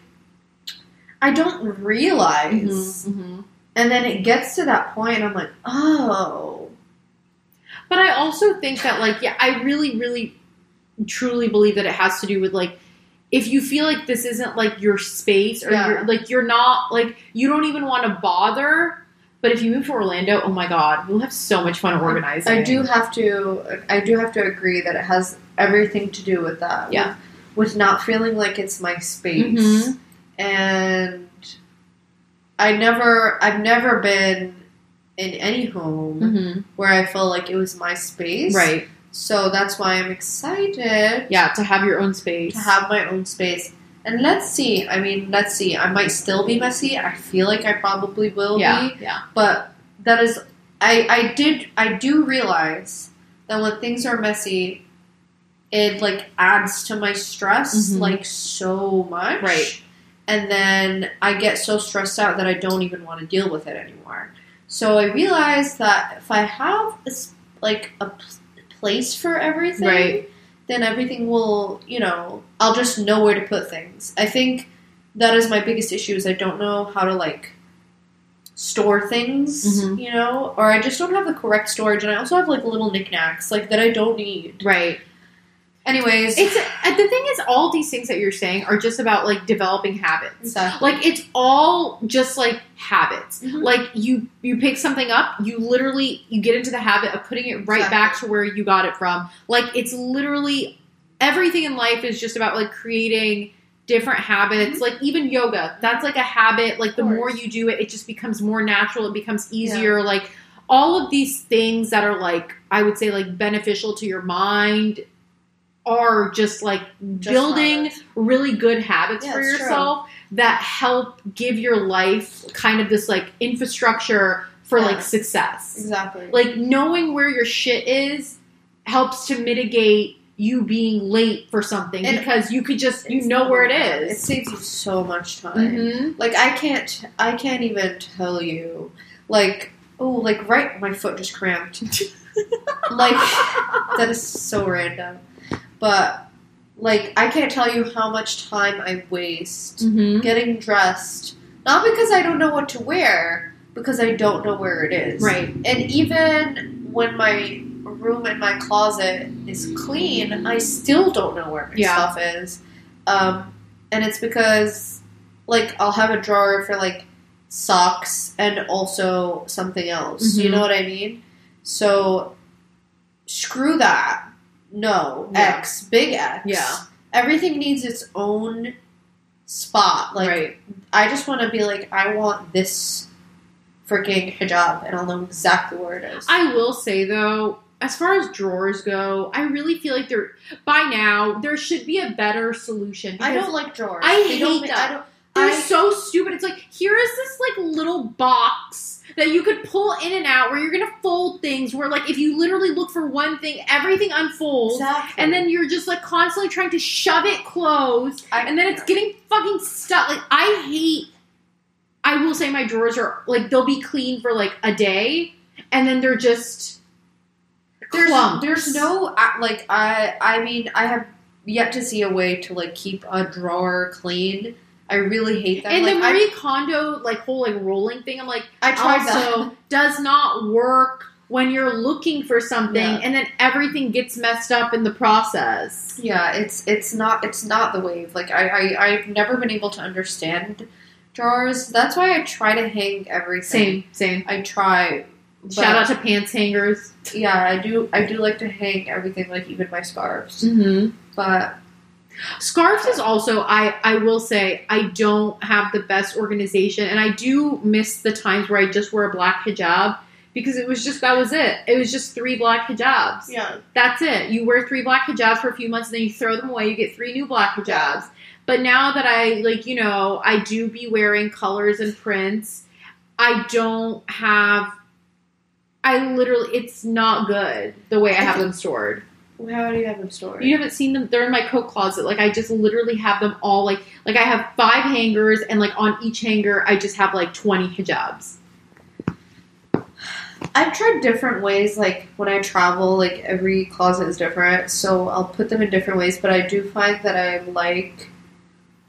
S2: I don't realize,
S1: Mhm, mhm.
S2: and then it gets to that point. I'm like, oh,
S1: But I also think that, like, yeah, I really, really, truly believe that it has to do with like, if you feel like this isn't like your space or
S2: Yeah.
S1: you're, like you're not like you don't even want to bother. But if you move to Orlando, oh my God, we'll have so much fun organizing.
S2: I do have to. I do have to agree that it has everything to do with that.
S1: Yeah.
S2: with, with not feeling like it's my space,
S1: Mhm.
S2: and I never. I've never been in any home
S1: Mhm.
S2: where I felt like it was my space.
S1: Right.
S2: So that's why I'm excited.
S1: Yeah, to have your own space.
S2: to have my own space. And let's see. I mean, let's see. I might still be messy. I feel like I probably will
S1: yeah,
S2: be.
S1: yeah,
S2: But that is, I I did I do realize that when things are messy, it like adds to my stress
S1: Mhm.
S2: like so much.
S1: Right.
S2: And then I get so stressed out that I don't even want to deal with it anymore. So I realized that if I have a s like a p- place for everything,
S1: Right.
S2: then everything will, you know, I'll just know where to put things. I think that is my biggest issue is I don't know how to like store things,
S1: Mhm.
S2: you know, or I just don't have the correct storage and I also have like little knickknacks like that I don't need.
S1: right.
S2: Anyways,
S1: It's and the thing is, all these things that you're saying are just about like developing habits.
S2: stuff.
S1: Like it's all just like habits.
S2: Mhm.
S1: Like you you pick something up, you literally you get into the habit of putting it right back to
S2: Exactly.
S1: where you got it from. Like it's literally everything in life is just about like creating different habits. Like even yoga, that's like a habit. Like the
S2: Mm-hmm. course.
S1: more you do it, it just becomes more natural, it becomes easier like all of these things that are like I would say like beneficial to your mind are just like
S2: Just
S1: building
S2: habits.
S1: really good habits
S2: Yeah,
S1: for
S2: it's true.
S1: yourself that help give your life kind of this like infrastructure for
S2: Yeah.
S1: like success.
S2: Exactly.
S1: Like knowing where your shit is helps to mitigate you being late for something
S2: And-
S1: because you could just you know where it
S2: It
S1: is.
S2: saves you so much time.
S1: Mhm.
S2: Like I can't, I can't even tell you. Like oh, like right, my foot just cramped. like that is so random, but like I can't tell you how much time I waste
S1: Mm-hmm.
S2: getting dressed. Not because I don't know what to wear, because I don't know where it is.
S1: Right.
S2: And even when my room and my closet is clean, I still don't know where my
S1: Yeah.
S2: stuff is. Um, and it's because, like, I'll have a drawer for, like, socks and also something else. You
S1: Mhm.
S2: know what I mean? So, screw that. No.
S1: Yeah.
S2: X. Big X.
S1: Yeah.
S2: Everything needs its own spot. Like,
S1: right.
S2: I just want to be like, I want this freaking hijab, and I'll know exactly where it is.
S1: I will say though, as far as drawers go, I really feel like there by now there should be a better solution.
S2: I
S1: because
S2: don't like drawers.
S1: I
S2: They don't
S1: hate
S2: make-
S1: them.
S2: I don't.
S1: They're
S2: I-
S1: so stupid. It's like here is this like little box that you could pull in and out where you're gonna fold things. Where like if you literally look for one thing, everything unfolds,
S2: Exactly.
S1: and then you're just like constantly trying to shove it closed,
S2: I,
S1: and then it's getting fucking stuck. Like I hate. I will say my drawers are like they'll be clean for like a day, and then they're just
S2: there's
S1: clumps.
S2: there's no uh, like I I mean I have yet to see a way to like keep a drawer clean. I really hate that.
S1: and
S2: like,
S1: the
S2: I-
S1: Marie Kondo like whole like rolling thing. I'm like.
S2: I, tried that.
S1: also does not work when you're looking for something
S2: Yeah.
S1: and then everything gets messed up in the process.
S2: Yeah, it's it's not it's not the wave. Like I, I I've never been able to understand drawers. That's why I try to hang everything.
S1: Same, same.
S2: I try. But
S1: Shout out to pants hangers.
S2: yeah, I do. I do like to hang everything, like even my scarves.
S1: Mm-hmm.
S2: But
S1: Scarves is also I I will say I don't have the best organization and I do miss the times where I just wore a black hijab because it was just that was it. It was just three black hijabs.
S2: yeah,
S1: That's it. You wear three black hijabs for a few months, and then you throw them away. You get three new black
S2: Yeah.
S1: hijabs. But now that I like, you know, I do be wearing colors and prints. I don't have. I literally, it's not good the way I have them stored.
S2: how do you have them stored?
S1: You haven't seen them; they're in my coat closet. Like I just literally have them all. Like like I have five hangers, and like on each hanger, I just have like twenty hijabs.
S2: I've tried different ways. Like when I travel, like every closet is different, so I'll put them in different ways. But I do find that I like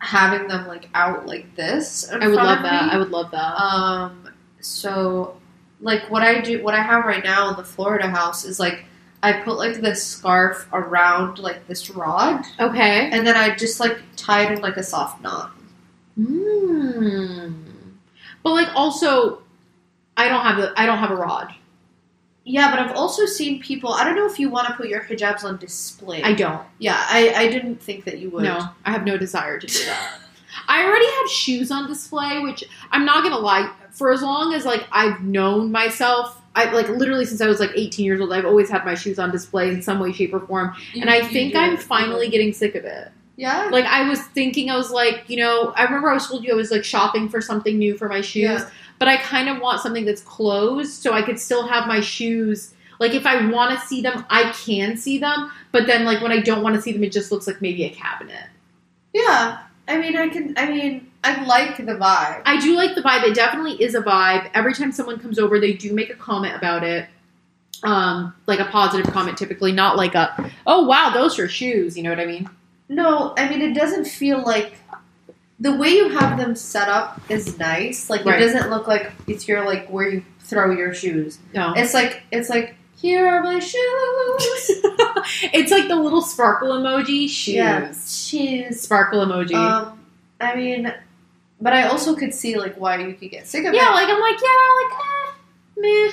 S2: having them like out like this. in
S1: I would
S2: front
S1: love
S2: of
S1: that.
S2: me.
S1: I would love that.
S2: Um, so like what I do, what I have right now in the Florida house is like I put like this scarf around like this rod,
S1: Okay.
S2: and then I just like tie it in like a soft knot.
S1: Mm. But like also, I don't have a I don't have a rod.
S2: Yeah, but I've also seen people. I don't know if you want to put your hijabs on display.
S1: I don't.
S2: yeah, I, I didn't think that you would.
S1: No, I have no desire to do that. I already have shoes on display, which I'm not gonna lie. For as long as like I've known myself, I like literally since I was like 18 years old, I've always had my shoes on display in some way, shape, or form.
S2: You-
S1: and I
S2: you
S1: think
S2: do
S1: I'm
S2: it.
S1: finally getting sick of it.
S2: Yeah.
S1: Like I was thinking, I was like, you know, I remember I was told you I was like shopping for something new for my shoes.
S2: Yeah.
S1: but I kind of want something that's closed so I could still have my shoes. Like if I want to see them, I can see them. But then, like when I don't want to see them, it just looks like maybe a cabinet.
S2: Yeah. I mean, I can. I mean, I like the vibe.
S1: I do like the vibe. It definitely is a vibe. Every time someone comes over, they do make a comment about it. Um, like a positive comment, typically, not like a, oh wow, those are shoes. You know what I mean?
S2: No, I mean, it doesn't feel like the way you have them set up is nice. Like
S1: Right.
S2: it doesn't look like it's your like where you throw your shoes.
S1: No,
S2: It's like it's like here are my shoes.
S1: it's like the little sparkle emoji shoes.
S2: Yeah, shoes.
S1: Sparkle emoji.
S2: Um, I mean, but I also could see like why you could get sick of
S1: yeah,
S2: it.
S1: like I'm like yeah, like eh,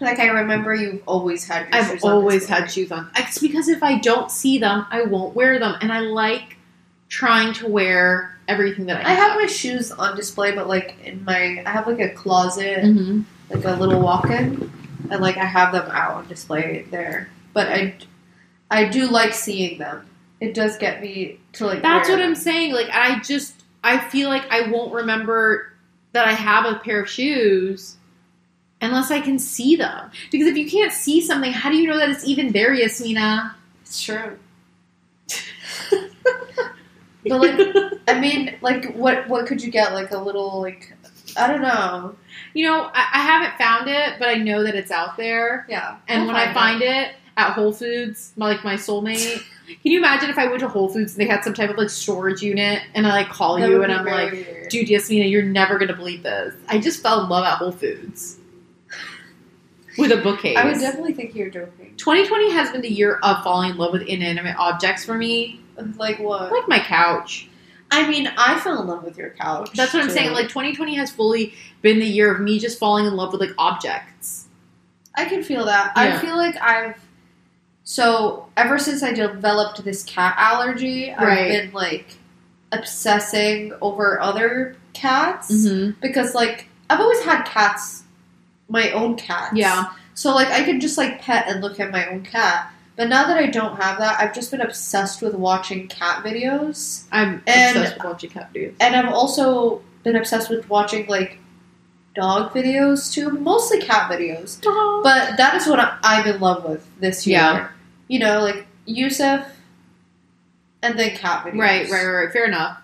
S1: meh.
S2: Like I remember, you've always had. Your
S1: I've
S2: shoes on
S1: always
S2: display.
S1: had shoes on. It's because if I don't see them, I won't wear them, and I like trying to wear everything that I,
S2: I have my shoes on display, but like in my, I have like a closet,
S1: hmm
S2: like a little walk-in, and like I have them out on display there. But I, I do like seeing them. It does get me to like.
S1: That's
S2: wear
S1: what I'm
S2: them.
S1: saying. Like I just, I feel like I won't remember that I have a pair of shoes unless I can see them. Because if you can't see something, how do you know that it's even there, Yasmina?
S2: It's true. But like, I mean, like, what what could you get? Like a little like, I don't know.
S1: You know, I, I haven't found it, but I know that it's out there.
S2: Yeah.
S1: And
S2: I'll
S1: when I find it. at Whole Foods, my, like my soulmate, can you imagine if I went to Whole Foods and they had some type of like storage unit and I like call
S2: That
S1: you
S2: would
S1: and
S2: be
S1: I'm
S2: very
S1: like,
S2: weird.
S1: dude, Yasmina, you're never gonna believe this. I just fell in love at Whole Foods with a bookcase.
S2: I would definitely think you're joking.
S1: 2020 has been the year of falling in love with inanimate objects for me,
S2: Like what?
S1: like my couch.
S2: I mean, I fell in love with your couch.
S1: That's what I'm
S2: too.
S1: saying. Like 2020 has fully been the year of me just falling in love with like objects.
S2: I can feel that.
S1: Yeah.
S2: I feel like I've so ever since I developed this cat allergy,
S1: Right.
S2: I've been like obsessing over other cats
S1: Mm-hmm.
S2: because like I've always had cats, my own cats.
S1: Yeah.
S2: So like I could just like pet and look at my own cat. But now that I don't have that, I've just been obsessed with watching cat videos.
S1: I'm
S2: And-
S1: obsessed with watching cat videos.
S2: And I've also been obsessed with watching like dog videos too, mostly cat videos. But that is what I- I'm in love with this year.
S1: Yeah.
S2: You know, like Yusuf and then cat videos.
S1: Right, right, right, right. Fair enough.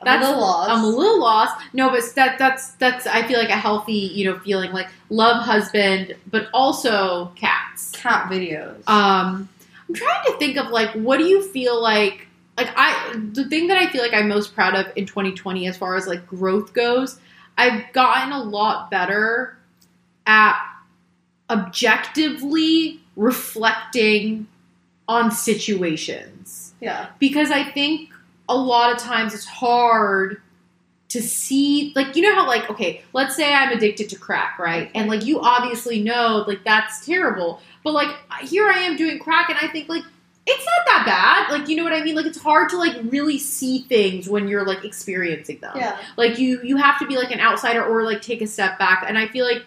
S2: I'm
S1: That's-
S2: a little lost.
S1: I'm a little lost. No, but that that's that's I feel like a healthy, you know, feeling like love husband, but also cats.
S2: cat videos.
S1: Um I'm trying to think of like what do you feel like like I the thing that I feel like I'm most proud of in 2020 as far as like growth goes, I've gotten a lot better at objectively reflecting on situations
S2: yeah.
S1: because I think a lot of times it's hard to see like you know how like okay let's say i'm addicted to crack right and like you obviously know like that's terrible but like here i am doing crack and i think like it's not that bad like you know what i mean like it's hard to like really see things when you're like experiencing them
S2: Yeah.
S1: like you you have to be like an outsider or like take a step back and i feel like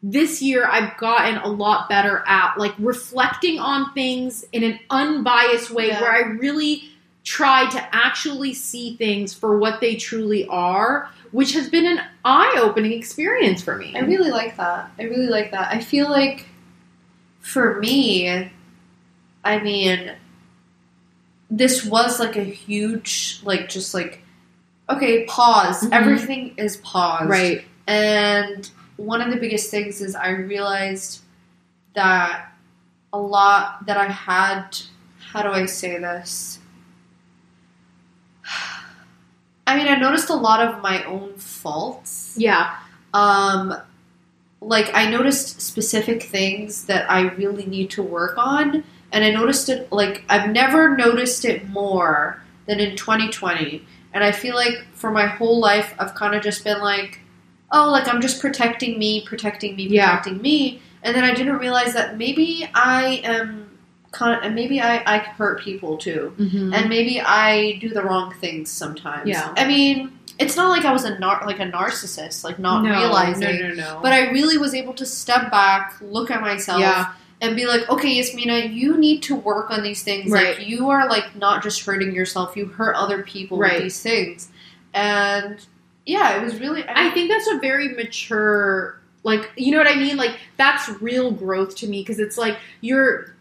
S1: this year i've gotten a lot better at like reflecting on things in an unbiased way
S2: Yeah.
S1: where i really try to actually see things for what they truly are which has been an eye-opening experience for me
S2: I really like that. I really like that. I feel like for me, I mean, this was like a huge, like, just like, okay, pause.
S1: Mhm.
S2: Everything is paused.
S1: right
S2: And one of the biggest things is I realized that a lot that I had, how do I say this? I mean, I noticed a lot of my own faults
S1: yeah
S2: um like i noticed specific things that i really need to work on and i noticed it like i've never noticed it more than in 2020 and i feel like for my whole life i've kind of just been like oh like i'm just protecting me protecting me
S1: Yeah.
S2: protecting me and then i didn't realize that maybe i am con- and maybe i i hurt people too
S1: Mhm.
S2: and maybe I do the wrong things sometimes.
S1: Yeah.
S2: I mean, it's not like I was a nar- like a narcissist, like not
S1: no,
S2: realizing.
S1: no no no
S2: But I really was able to step back, look at myself,
S1: Yeah.
S2: and be like, okay, Yasmina, you need to work on these things.
S1: Right.
S2: Like you are like not just hurting yourself; you hurt other people
S1: Right.
S2: with these things. And yeah, it was really. I,
S1: I think that's a very mature, like, you know what I mean? Like, that's real growth to me because it's like you're,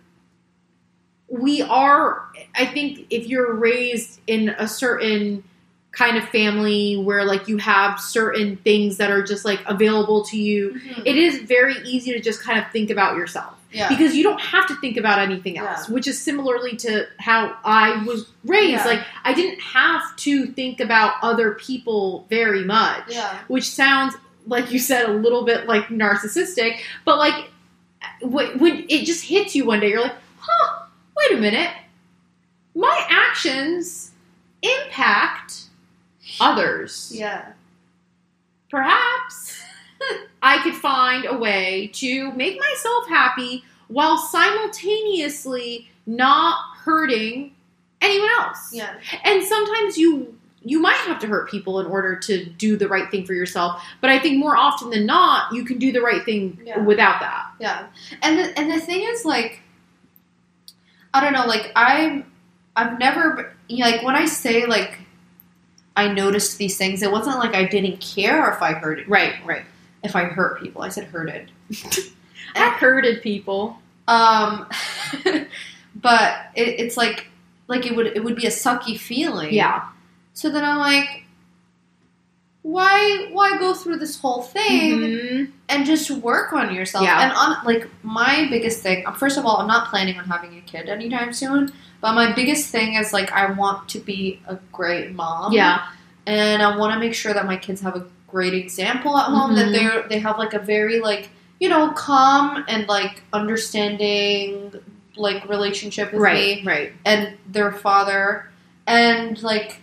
S1: we are, I think if you're raised in a certain kind of family where like you have certain things that are just like available to you,
S2: Mhm.
S1: it is very easy to just kind of think about yourself
S2: yeah.
S1: because you don't have to think about anything else which is similarly to how i was raised
S2: Yeah.
S1: like i didn't have to think about other people very much
S2: yeah.
S1: which sounds like you said a little bit like narcissistic, but like wh- when it just hits you one day, you're like, huh, wait a minute, my actions impact others.
S2: Yeah.
S1: Perhaps I could find a way to make myself happy while simultaneously not hurting anyone else
S2: Yeah.
S1: and sometimes you you might have to hurt people in order to do the right thing for yourself but i think more often than not you can do the right thing
S2: Yeah.
S1: without that
S2: Yeah, and the and the thing is, like, I don't know, like I'm, I've never you know, like when I say like I noticed these things, it wasn't like I didn't care if I hurt
S1: right right
S2: if I hurt people. I said hurted.
S1: i hurted people
S2: Um, but it, it's like like it would it would be a sucky feeling.
S1: yeah
S2: So then I'm like, why why go through this whole thing
S1: Mm-hmm.
S2: and just work on yourself?
S1: Yeah.
S2: And on like my biggest thing, uh, first of all, I'm not planning on having a kid anytime soon. But my biggest thing is like I want to be a great mom.
S1: Yeah.
S2: and I want to make sure that my kids have a great example at home.
S1: Mhm.
S2: That they are they have like a very like you know calm and like understanding like relationship with me
S1: Right. Right.
S2: and their father. And like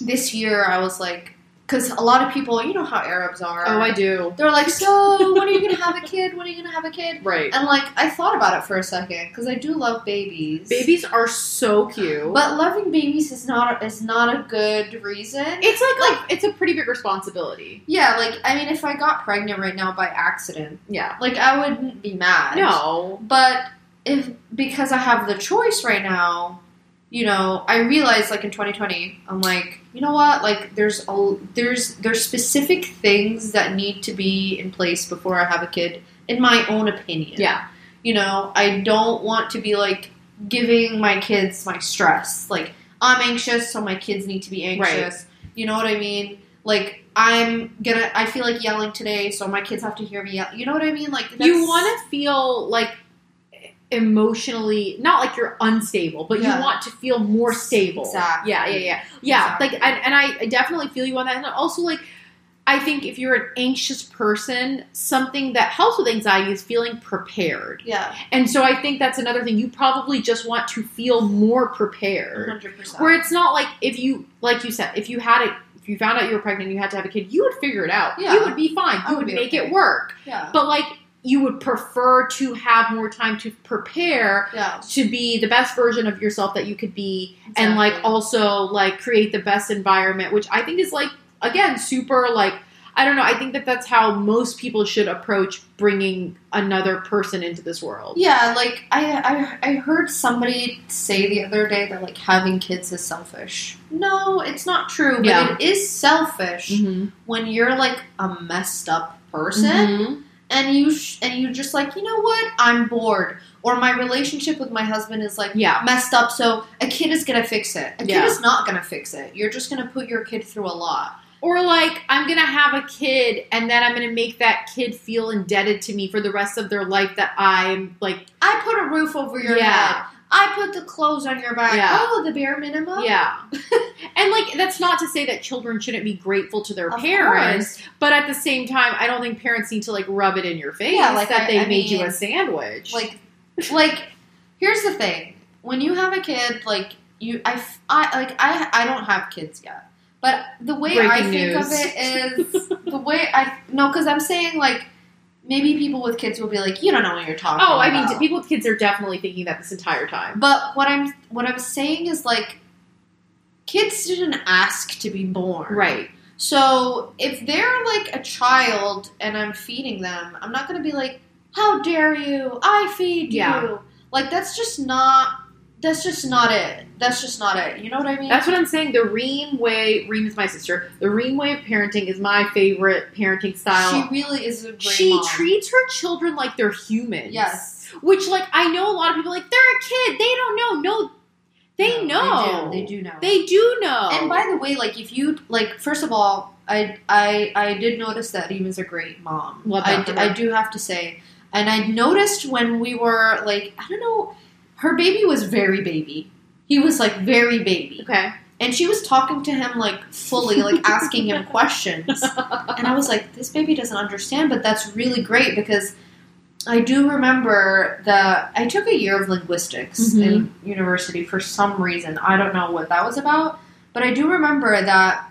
S2: this year, I was like, because a lot of people, you know how Arabs are.
S1: Oh, I do.
S2: They're like, so when are you gonna have a kid? When are you gonna have a kid?
S1: Right.
S2: And like, I thought about it for a second because I do love babies.
S1: Babies are so cute.
S2: But loving babies is not is not a good reason.
S1: it's like, like it's a pretty big responsibility.
S2: Yeah, like I mean, if I got pregnant right now by accident,
S1: Yeah.
S2: like I wouldn't be mad.
S1: No.
S2: but if because I have the choice right now, you know, I realize like in 2020, I'm like, you know what? Like there's a there's there's specific things that need to be in place before I have a kid, in my own opinion.
S1: Yeah.
S2: You know, I don't want to be like giving my kids my stress. Like I'm anxious, so my kids need to be anxious. You know what I mean? Like I'm gonna. I feel like yelling today, so my kids have to hear me yell. You know what I mean? Like
S1: you
S2: that's-
S1: want to feel like emotionally not like you're unstable but
S2: Yeah.
S1: you want to feel more stable
S2: Exactly.
S1: yeah yeah yeah yeah
S2: Exactly.
S1: like and, and I, I definitely feel you on that and also like i think if you're an anxious person something that helps with anxiety is feeling prepared
S2: Yeah,
S1: and so i think that's another thing you probably just want to feel more prepared
S2: hundred percent.
S1: where it's not like if you like you said if you had it if you found out you were pregnant and you had to have a kid you would figure it out
S2: Yeah.
S1: you would be fine
S2: I
S1: you would
S2: would be
S1: make
S2: okay.
S1: it work
S2: Yeah,
S1: but like you would prefer to have more time to prepare
S2: yeah,
S1: to be the best version of yourself that you could be and like
S2: Exactly.
S1: also like create the best environment which i think is like again super like i don't know i think that that's how most people should approach bringing another person into this world
S2: yeah. Like I, I, I heard somebody say the other day that like having kids is selfish. No, it's not true. But
S1: Yeah.
S2: it is selfish
S1: mm-hmm.
S2: when you're like a messed up person.
S1: Mm-hmm.
S2: and you sh- and you're just like you know what i'm bored or my relationship with my husband is like
S1: yeah
S2: messed up so a kid is gonna fix it a
S1: Yeah.
S2: kid is not gonna fix it you're just gonna put your kid through a lot
S1: or like i'm gonna have a kid and then i'm gonna make that kid feel indebted to me for the rest of their life that i'm like
S2: i put a roof over your
S1: Yeah.
S2: head i put the clothes on your back
S1: Yeah.
S2: oh the bare minimum
S1: Yeah. and like that's not to say that children shouldn't be grateful to their
S2: Of
S1: parents,
S2: course.
S1: but at the same time, I don't think parents need to like rub it in your face
S2: Yeah, like,
S1: that
S2: I-
S1: they
S2: I
S1: made you
S2: mean,
S1: a sandwich.
S2: like like here's the thing when you have a kid like you i, f- I- like i i don't have kids yet but the way i
S1: Breaking
S2: think of
S1: news.
S2: it is the way i no because i'm saying like maybe people with kids will be like you don't know what you're talking
S1: oh, I
S2: about.
S1: mean, t- people with kids are definitely thinking that this entire time.
S2: but what i'm what i'm saying is like kids didn't ask to be born
S1: Right.
S2: so if they're like a child and I'm feeding them, I'm not gonna be like, "How dare you? I feed
S1: Yeah.
S2: you." Like that's just not. That's just not it. That's just not it. You know what I mean?
S1: That's what I'm saying. The Reem way, Reem is my sister. The Reem way of parenting is my favorite parenting
S2: she
S1: style.
S2: really is a great
S1: She
S2: mom.
S1: treats her children like they're humans.
S2: yes.
S1: Which, like, I know a lot of people are like, they're a kid. They don't know. No, they know.
S2: No, They do. They do know.
S1: They do know.
S2: And by the way, like if you like, first of all, I I I did notice that Eva's a great mom.
S1: Love
S2: I
S1: that for her.
S2: I do have to say, and I noticed when we were like, I don't know, her baby was very baby. He was like very baby,
S1: okay.
S2: and she was talking to him like fully, like asking him questions, and I was like, this baby doesn't understand, but that's really great because. I do remember that I took a year of linguistics
S1: Mhm.
S2: in university for some reason. I don't know what that was about, but I do remember that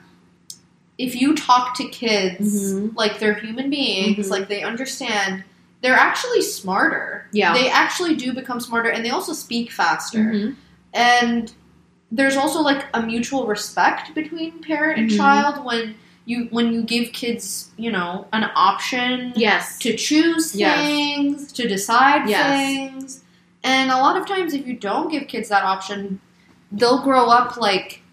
S2: if you talk to kids
S1: Mhm.
S2: like they're human beings,
S1: Mhm.
S2: like they understand, they're actually smarter.
S1: Yeah.
S2: They actually do become smarter and they also speak faster.
S1: Mhm.
S2: And there's also like a mutual respect between parent and
S1: Mhm.
S2: child when you when you give kids, you know, an option
S1: Yes.
S2: to choose
S1: Yes.
S2: things, to decide
S1: Yes.
S2: things. And a lot of times, if you don't give kids that option, they'll grow up like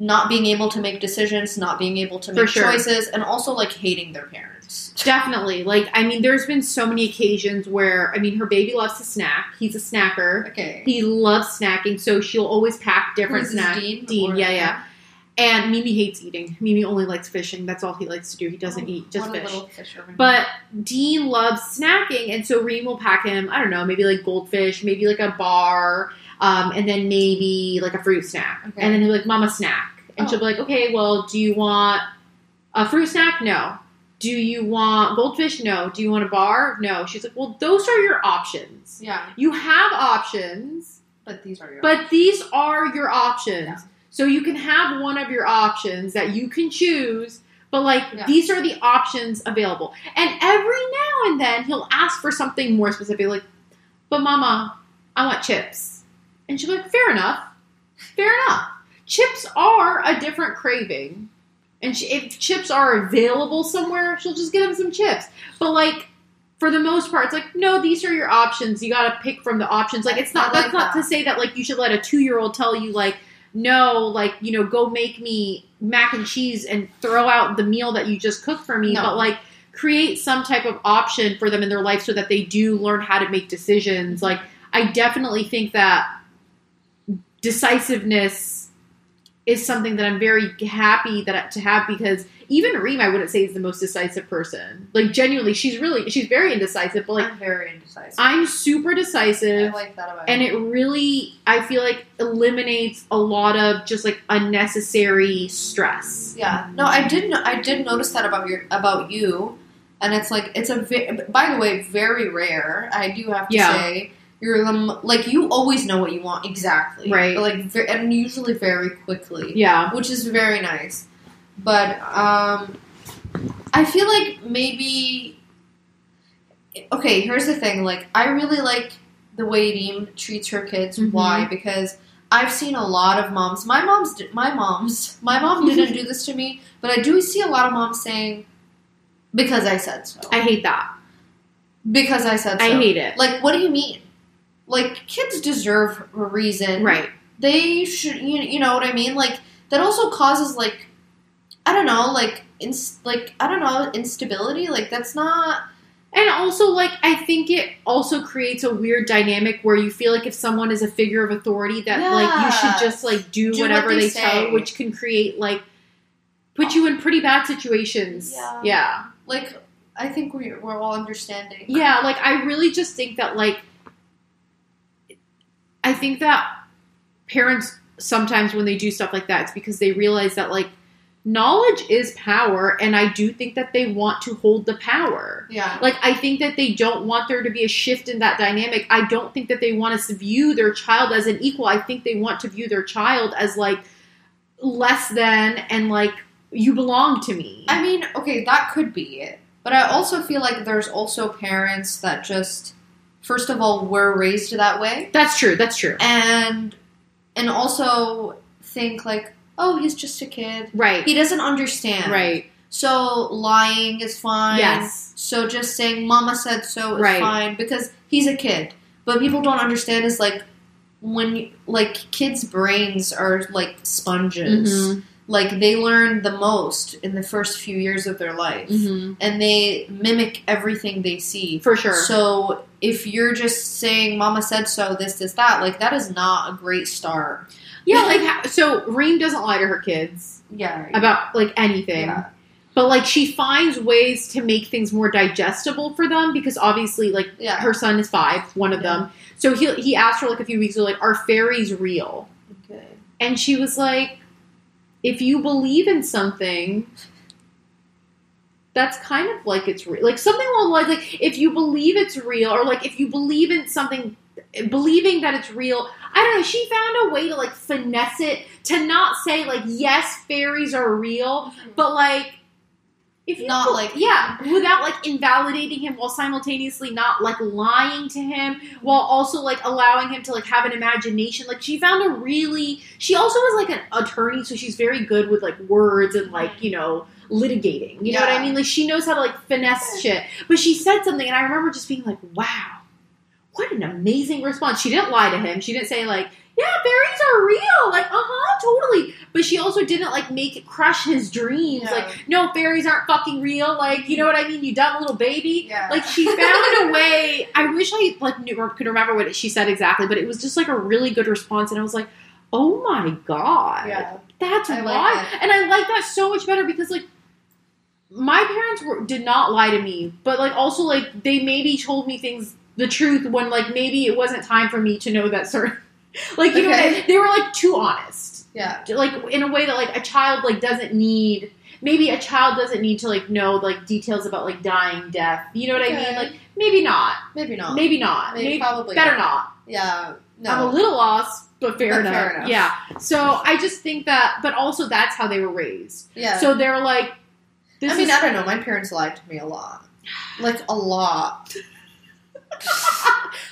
S2: not being able to make decisions, not being able to
S1: For
S2: make
S1: sure.
S2: choices, and also like hating their parents.
S1: Definitely. Like, I mean, there's been so many occasions where, I mean, her baby loves to snack. He's a snacker.
S2: Okay.
S1: He loves snacking, so she'll always pack different
S2: Who's this,
S1: snacks.
S2: Dean?
S1: Dean,
S2: Or-
S1: yeah, yeah. And Mimi hates eating. Mimi only likes fishing. That's all he likes to do. He doesn't eat, just
S2: What a
S1: fish.
S2: Oh, little fisherman.
S1: But Dean loves snacking, and so Reem will pack him, I don't know, maybe like goldfish, maybe like a bar, um, and then maybe like a fruit snack.
S2: Okay.
S1: And then he'll be like, Mama, snack. And
S2: Oh.
S1: she'll be like, okay, well, do you want a fruit snack? No. Do you want goldfish? No. Do you want a bar? No. She's like, well, those are your options.
S2: yeah,
S1: You have options,
S2: but these are your.
S1: but these are your options.
S2: Yeah.
S1: So you can have one of your options that you can choose, but like
S2: Yeah.
S1: these are the options available. And every now and then he'll ask for something more specific, like, but mama, I want chips. And she'll be like, fair enough. Fair enough. Chips are a different craving. And she, if chips are available somewhere, she'll just get him some chips. But like, for the most part, it's like, no, these are your options. You got to pick from the options. Like, it's
S2: I
S1: not,
S2: like
S1: that's not
S2: that.
S1: to say that like you should let a two year old tell you, like, no, like, you know, go make me mac and cheese and throw out the meal that you just cooked for me.
S2: No.
S1: But like, create some type of option for them in their life so that they do learn how to make
S2: Mm-hmm.
S1: decisions. Like, I definitely think that decisiveness is something that I'm very happy that to have because even Reem, I wouldn't say is the most decisive person. Like genuinely, she's really she's very indecisive, but like
S2: I'm very indecisive.
S1: I'm super
S2: I
S1: decisive.
S2: like that about
S1: And
S2: you.
S1: it really, I feel like, eliminates a lot of just like unnecessary stress.
S2: Yeah. No, I did. No- I did notice that about your about you, and it's like it's a. ve- By the way, very rare. I do have to
S1: Yeah.
S2: say you're the m- like you always know what you want exactly,
S1: Right.
S2: But like, ve- and usually very quickly,
S1: Yeah.
S2: which is very nice. But um, I feel like maybe. Okay, here's the thing. Like, I really like the way Deem treats her kids.
S1: Mhm.
S2: Why? Because I've seen a lot of moms. My mom's, di- my mom's, my mom didn't do this to me, but I do see a lot of moms saying, "Because I said so."
S1: I hate that.
S2: because I said so.
S1: I hate it.
S2: Like, what do you mean? Like, kids deserve a reason,
S1: Right.
S2: They should, you, you know what I mean? Like, that also causes like, I don't know, like, ins- like I don't know, instability. Like, that's not
S1: And also, like, I think it also creates a weird dynamic where you feel like if someone is a figure of authority, that like you should just like do,
S2: Do what
S1: whatever
S2: they
S1: they,
S2: say.
S1: tell, you, which can create like put you in pretty bad situations.
S2: Yeah.
S1: yeah,
S2: like. I think we we're all understanding.
S1: Yeah, Like, I really just think that like I think that parents sometimes when they do stuff like that, it's because they realize that like knowledge is power, and I do think that they want to hold the power.
S2: yeah,
S1: Like, I think that they don't want there to be a shift in that dynamic. I don't think that they want us to view their child as an equal. I think they want to view their child as like less than and like you belong to me.
S2: I mean, okay, that could be it. But I also feel like there's also parents that just, first of all, were raised that way,
S1: that's true. That's true.
S2: and and also think like, oh, he's just a kid.
S1: Right.
S2: He doesn't understand.
S1: Right.
S2: So lying is fine.
S1: Yes.
S2: So just saying "Mama said so" is
S1: Right.
S2: fine because he's a kid. But people don't understand is like when you, like kids' brains are like sponges.
S1: Mhm.
S2: Like they learn the most in the first few years of their life
S1: Mhm.
S2: and they mimic everything they see.
S1: For sure.
S2: So if you're just saying "Mama said so," this, this, that, like that is not a great start.
S1: yeah. Like, ha- so Reem doesn't lie to her kids
S2: Yeah.
S1: about like anything.
S2: Yeah.
S1: But like she finds ways to make things more digestible for them because obviously like
S2: Yeah.
S1: her son is five, one of
S2: Yeah.
S1: them. So he he asked her like a few weeks ago like are fairies real?
S2: Okay.
S1: And she was like, if you believe in something, that's kind of like it's real. Like something along the lines, like if you believe it's real, or like if you believe in something, believing that it's real. I don't know. She found a way to like finesse it to not say like yes, fairies are real, but like. If you
S2: Mm-hmm. Not
S1: bel-
S2: like-
S1: yeah, without like invalidating him while simultaneously not like lying to him, while also like allowing him to like have an imagination. Like she found a really she also is like an attorney, so she's very good with like words and like, you know, litigating. You know what
S2: Yeah.
S1: I mean? Like she knows how to like finesse shit. But she said something and I remember just being like, Wow, What an amazing response. She didn't lie to him. She didn't say, like, yeah, fairies are real. Like, uh huh, totally. But she also didn't, like, make it crush his dreams.
S2: No.
S1: Like, no, fairies aren't fucking real. Like, you know what I mean? You dumb little baby.
S2: Yeah.
S1: Like she found a way. I wish I like knew, or could remember what she said exactly, but it was just like a really good response, and I was like, "Oh my god,
S2: yeah.
S1: that's
S2: I
S1: why."
S2: like that.
S1: And I like that so much better because like my parents were, did not lie to me, but like also like they maybe told me things the truth when like maybe it wasn't time for me to know that certain. Like you know, what I-
S2: Okay.
S1: they were like too honest
S2: Yeah.
S1: like in a way that like a child like doesn't need maybe a child doesn't need to like know like details about like dying death you know what i
S2: Okay.
S1: mean like maybe not
S2: Maybe not.
S1: maybe not
S2: Maybe
S1: maybe
S2: probably
S1: better
S2: not.
S1: not
S2: Yeah. No.
S1: i'm a little lost but fair,
S2: But
S1: enough.
S2: fair enough.
S1: yeah so i just think that but also that's how they were raised
S2: yeah.
S1: so they're like this
S2: I mean,
S1: is
S2: I don't know. My parents lied to me a lot. Like a lot.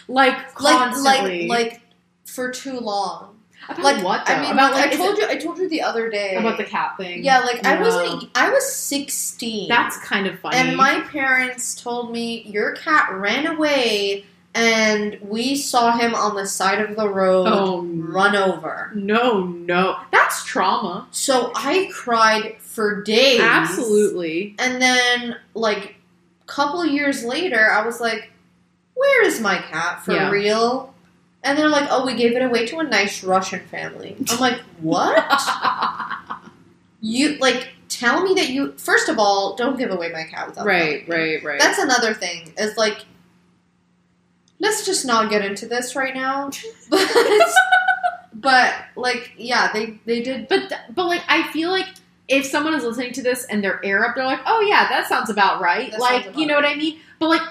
S1: like constantly
S2: Like like like for too long.
S1: about
S2: Like
S1: what though?
S2: I mean,
S1: about like,
S2: I
S1: is
S2: told
S1: it
S2: you I told you the other day
S1: about the cat thing
S2: Yeah, like I
S1: No.
S2: wasn't I was 16.
S1: that's kind of funny
S2: And my parents told me your cat ran away and we saw him on the side of the road
S1: oh
S2: run over.
S1: no no that's trauma
S2: So I cried for days.
S1: absolutely
S2: And then like a couple years later I was like, Where is my cat for
S1: Yeah.
S2: real? And they're like, Oh, we gave it away to a nice Russian family. I'm like, What? you like tell me that you first of all, don't give away my cat without telling me.
S1: right right right
S2: That's another thing. Is like, let's just not get into this right now. But, but like, yeah, they they did.
S1: But th- but like I feel like if someone is listening to this and they're Arab, they're like, oh yeah, that sounds about right.
S2: That
S1: like
S2: sounds about
S1: you know what I mean. But like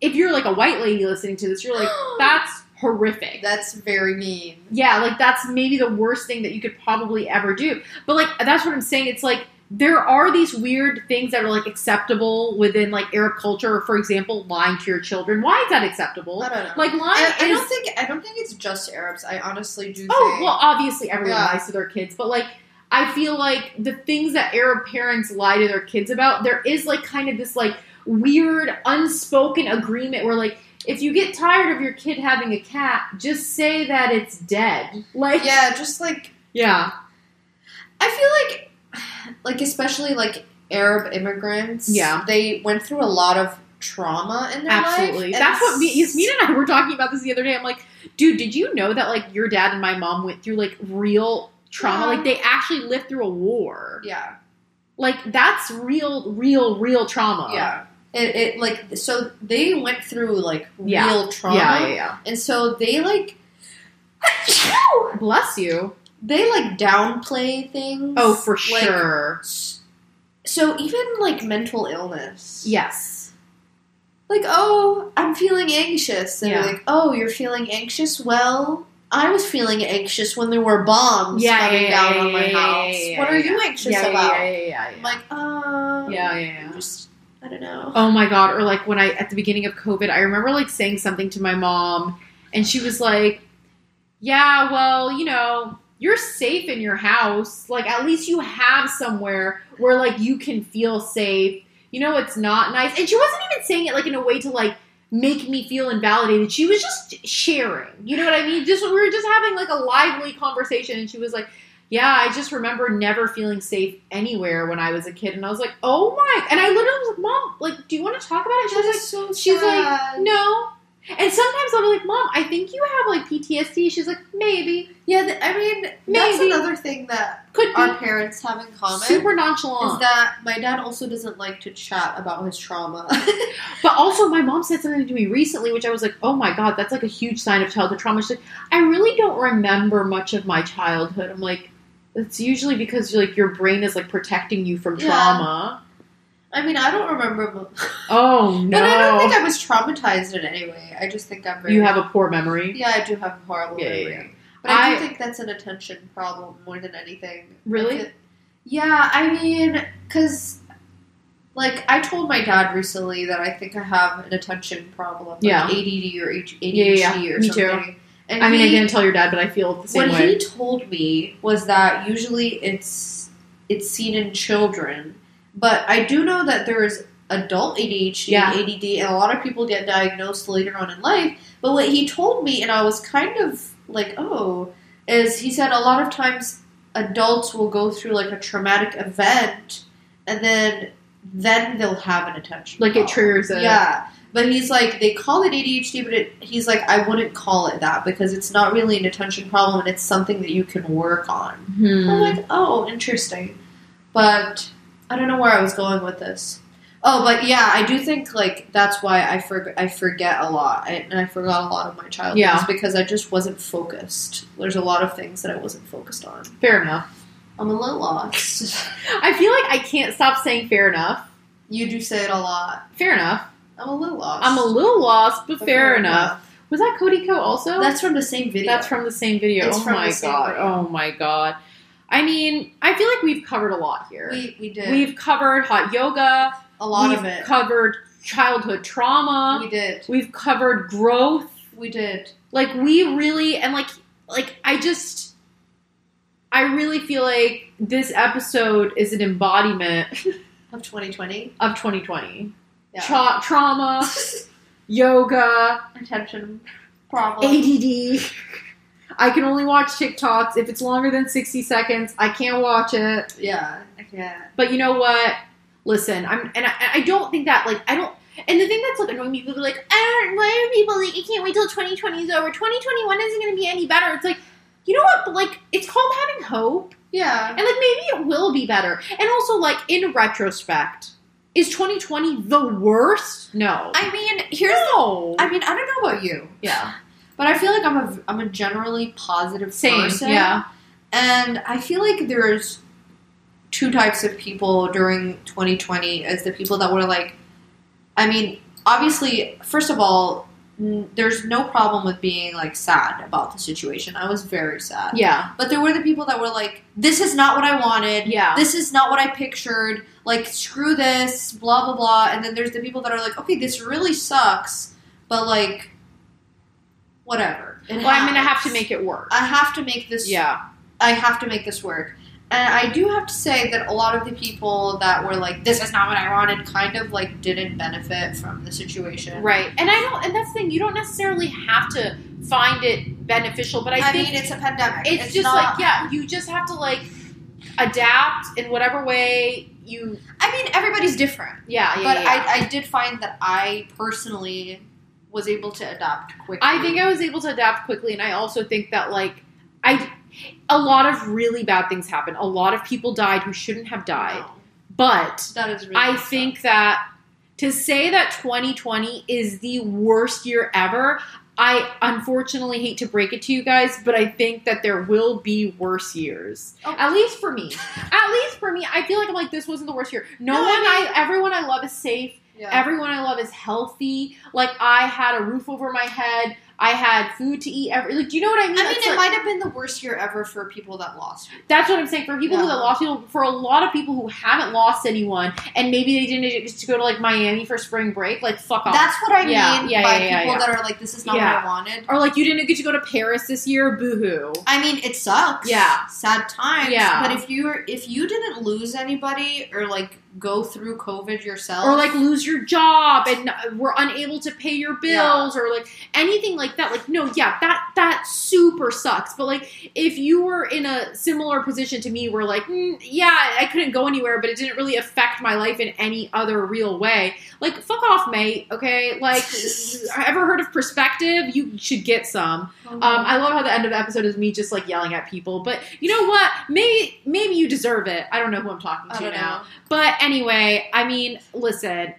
S1: if you're like a white lady listening to this, you're like, that's horrific.
S2: That's very mean.
S1: yeah, like that's maybe the worst thing that you could probably ever do. But like that's what I'm saying. It's like there are these weird things that are like acceptable within like Arab culture. For example, lying to your children. Why is that acceptable?
S2: I don't know.
S1: Like lying.
S2: I, I
S1: is-
S2: don't think I don't think it's just Arabs. I honestly do.
S1: Oh
S2: think,
S1: well, obviously everyone
S2: Yeah.
S1: lies to their kids, but like I feel like the things that Arab parents lie to their kids about, there is like kind of this like weird unspoken agreement where like if you get tired of your kid having a cat, just say that it's dead. Like
S2: yeah, just like
S1: yeah,
S2: I feel like, like especially like Arab immigrants.
S1: Yeah.
S2: they went through a lot of trauma in their
S1: absolutely.
S2: life. and
S1: That's what me,
S2: s-
S1: Yasmin and I were talking about this the other day. I'm like, dude, did you know that like your dad and my mom went through like real trauma?
S2: Yeah.
S1: Like they actually lived through a war.
S2: Yeah.
S1: Like that's real, real, real trauma.
S2: Yeah. It, it like so they went through like
S1: Yeah.
S2: real trauma,
S1: Yeah, yeah, yeah.
S2: and so they like
S1: Bless you.
S2: they like downplay things.
S1: Oh, for
S2: Like,
S1: sure.
S2: s- So even like mental illness,
S1: Yes.
S2: Like oh, I'm feeling anxious, and they're
S1: Yeah.
S2: like oh, you're feeling anxious. Well, I was feeling anxious when there were bombs
S1: Yeah,
S2: coming
S1: yeah,
S2: down
S1: yeah,
S2: on my
S1: yeah, yeah,
S2: house.
S1: yeah,
S2: what are
S1: yeah.
S2: you anxious
S1: yeah,
S2: about?
S1: yeah, yeah,
S2: I'm
S1: yeah,
S2: like, um,
S1: yeah, yeah, yeah.
S2: I'm just I don't know.
S1: Oh my god! Or like when I at the beginning of COVID, I remember like saying something to my mom, and she was like, "Yeah, well, you know." You're safe in your house. Like, at least you have somewhere where, like, you can feel safe. You know, it's not nice. And she wasn't even saying it, like, in a way to, like, make me feel invalidated. She was just sharing. You know what I mean? Just we were just having like a lively conversation and she was like, "Yeah, I just remember never feeling safe anywhere when I was a kid." And I was like, "Oh my." And I literally was like, "Mom, like do you want to talk about it?" She was like,
S2: so
S1: she's like,
S2: sad.
S1: "No." And sometimes I'll be like, "Mom, I think you have like PTSD." She's like, "Maybe."
S2: Yeah, th- I mean, that's
S1: Maybe.
S2: another thing that
S1: Could be
S2: our parents have in common
S1: super
S2: is
S1: nonchalant.
S2: that my dad also doesn't like to chat about his trauma.
S1: But also, my mom said something to me recently, which I was like, "Oh my god, that's like a huge sign of childhood trauma." She's like, "I really don't remember much of my childhood." I'm like, "It's usually because like your brain is like protecting you from
S2: Yeah.
S1: trauma."
S2: I mean, I don't remember, mu-
S1: Oh no,
S2: but I don't think I was traumatized in any way. I just think I'm very.
S1: you have a poor memory.
S2: yeah, I do have a horrible
S1: Yeah, yeah,
S2: memory,
S1: yeah.
S2: but I,
S1: I-
S2: do think that's an attention problem more than anything.
S1: Really?
S2: I thi- yeah, I mean, because. Like I told my dad recently that I think I have an attention problem, like
S1: Yeah.
S2: ADD or ADHD
S1: Yeah, yeah, yeah.
S2: or
S1: Me too.
S2: something. And
S1: I mean, I
S2: he-
S1: didn't tell your dad, but I feel the same
S2: what
S1: way.
S2: he told me was that usually it's it's seen in children, but I do know that there is adult ADHD,
S4: Yeah.
S2: ADD, and a lot of people get diagnosed later on in life. But what he told me, and I was kind of like, oh, is he said a lot of times adults will go through like a traumatic event, and then then they'll have an attention
S1: Like it
S2: problem.
S1: triggers a
S2: Yeah. But he's like, they call it ADHD, but it, he's like, I wouldn't call it that because it's not really an attention problem and it's something that you can work on.
S1: Hmm.
S2: I'm like, oh, interesting. But I don't know where I was going with this. Oh, but yeah, I do think like that's why I for, I forget a lot, I, and I forgot a lot of my childhood
S1: Yeah.
S2: because I just wasn't focused. There's a lot of things that I wasn't focused on.
S1: fair enough.
S2: I'm a little lost.
S1: I feel like I can't stop saying fair enough.
S2: you do say it a lot.
S1: Fair enough.
S2: I'm a little lost.
S1: I'm a little lost, but fair, enough. Was that Cody Co also?
S2: That's from the same video.
S1: That's from the same video.
S2: It's
S1: oh
S2: from
S1: my
S2: the same
S1: god.
S2: video.
S1: Oh my god. I mean, I feel like we've covered a lot here.
S2: we we did
S1: We've covered hot yoga.
S2: a lot
S1: we've
S2: of it.
S1: covered childhood trauma.
S2: we did.
S1: we've covered growth.
S2: We did.
S1: Like we really and like like I just I really feel like this episode is an embodiment
S2: Of 2020.
S1: of 2020.
S2: Yeah.
S1: Tra- trauma, yoga,
S2: Attention problem.
S1: ADD. I can only watch TikToks if it's longer than 60 seconds. I can't watch it.
S2: Yeah. I can't.
S1: But you know what? Listen, I'm and I, I don't think that like I don't. And the thing that's like annoying me, people are like, I don't. Why are people like, I can't wait till 2020 is over. 2021 isn't going to be any better. It's like, you know what? But like, it's called having hope,
S2: Yeah.
S1: and like maybe it will be better. And also, like in retrospect, is 2020 the worst? No,
S3: I mean, here's
S1: no.
S2: I mean, I don't know about you,
S1: yeah,
S2: but I feel like I'm a I'm a generally positive
S1: same.
S2: person.
S1: Yeah,
S2: And I feel like there's two types of people during 2020 as the people that were like, I mean, obviously, first of all, n- there's no problem with being like sad about the situation. I was very sad.
S1: yeah,
S2: But there were the people that were like, this is not what I wanted.
S1: yeah.
S2: This is not what I pictured. Like, screw this, blah, blah, blah. And then there's the people that are like, okay, this really sucks, but like, whatever. It
S1: well, I'm gonna have to
S2: happens.
S1: make it work.
S2: I have to make this.
S1: Yeah,
S2: I have to make this work. And I do have to say that a lot of the people that were like, this is not what I wanted, kind of like didn't benefit from the situation.
S1: right. And I don't. And that's the thing. You don't necessarily have to find it beneficial, but I,
S2: I,
S1: think
S2: mean, it's a pandemic.
S1: it's, just like yeah you just have to like adapt in whatever way you
S2: I mean, everybody's different.
S1: yeah yeah
S2: But
S1: yeah.
S2: I, I did find that I personally was able to adapt quickly.
S1: I think i was able to adapt quickly and i also think that like i a lot of really bad things happened a lot of people died who shouldn't have died
S2: No,
S1: but
S2: Oh, that is really
S1: i
S2: tough.
S1: think that to say that 2020 is the worst year ever i unfortunately hate to break it to you guys but i think that there will be worse years
S2: Oh,
S1: At least for me. At least for me, I feel like I'm like this wasn't the worst year. No,
S2: No, I
S1: one I,
S2: mean-
S1: everyone I love is safe.
S2: Yeah.
S1: Everyone I love is healthy. Like I had a roof over my head. I had food to eat. Every like, do you know what I mean?
S2: I mean,
S1: It's
S2: it
S1: like-
S2: might have been the worst year ever for people that lost. people.
S1: that's what I'm saying. For people who
S2: Yeah.
S1: have lost people, for a lot of people who haven't lost anyone, and maybe they didn't just go to like Miami for spring break. Like fuck off.
S2: That's what I
S1: Oh. Yeah,
S2: mean
S1: yeah,
S2: by
S1: yeah, yeah,
S2: people
S1: yeah.
S2: that are like, this is not
S1: Yeah.
S2: what I wanted.
S1: or like you didn't get to go to Paris this year. Boo hoo.
S2: I mean, it sucks.
S1: Yeah.
S2: sad times.
S1: Yeah.
S2: but if you were, if you didn't lose anybody or like go through COVID yourself, um,
S1: or like lose your job and we're unable to pay your bills or like anything like that like no yeah that that super sucks but like if you were in a similar position to me where like mm, yeah i couldn't go anywhere but it didn't really affect my life in any other real way like fuck off mate okay like ever heard of perspective you should get some
S2: um,
S1: um, I love how the end of the episode is me just like yelling at people, but you know what? Maybe maybe you deserve it. I don't know who I'm talking
S2: I
S1: to
S2: don't
S1: now.
S2: know.
S1: But anyway, I mean, listen,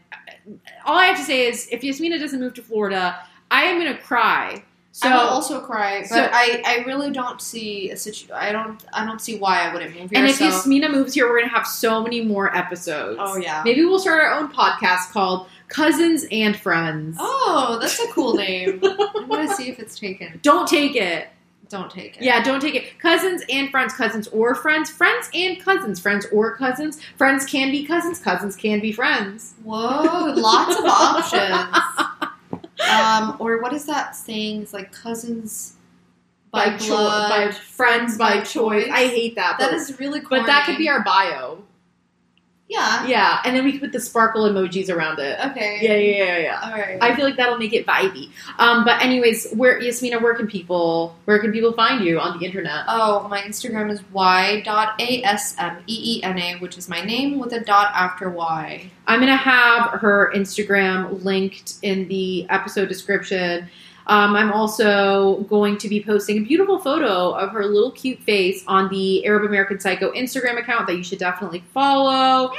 S1: all I have to say is if Yasmina doesn't move to Florida, I am going to cry. So,
S2: I will also cry, but
S1: so-
S2: I, I really don't see a situ. I don't I don't see why I wouldn't move here.
S1: and if
S2: so.
S1: Yasmina moves here, we're going to have so many more episodes.
S2: oh yeah.
S1: Maybe we'll start our own podcast called Cousins and Friends.
S2: Oh, that's a cool name. I'm gonna see if it's taken.
S1: Don't take it.
S2: Don't take it.
S1: Yeah, don't take it. Cousins and friends, cousins or friends, friends and cousins, friends or cousins. Friends can be cousins, cousins can be friends.
S2: Whoa, lots of options. Um, or what is that saying? It's like cousins by,
S1: cho-
S2: blood.
S1: by friends by,
S2: by
S1: choice.
S2: choice.
S1: I hate that.
S2: that
S1: but,
S2: is really cool.
S1: but that could be our bio.
S2: Yeah.
S1: Yeah, and then we could put the sparkle emojis around it.
S2: Okay.
S1: Yeah, yeah, yeah, yeah.
S2: All right.
S1: I feel like that'll make it vibey. Um, but anyways, where Yasmina, where can people where can people find you on the internet?
S2: Oh, my Instagram is y.asmeena, e which is my name with a dot after y.
S1: I'm gonna have her Instagram linked in the episode description. Um, I'm also going to be posting a beautiful photo of her little cute face on the Arab American Psycho Instagram account that you should definitely follow.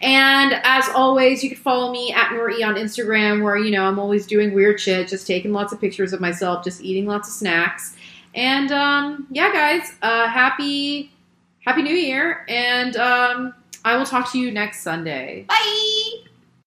S1: And as always, you can follow me at Nori on Instagram, where you know I'm always doing weird shit, just taking lots of pictures of myself, just eating lots of snacks. And um, yeah, guys, uh, happy Happy New Year, and um, I will talk to you next Sunday.
S3: Bye.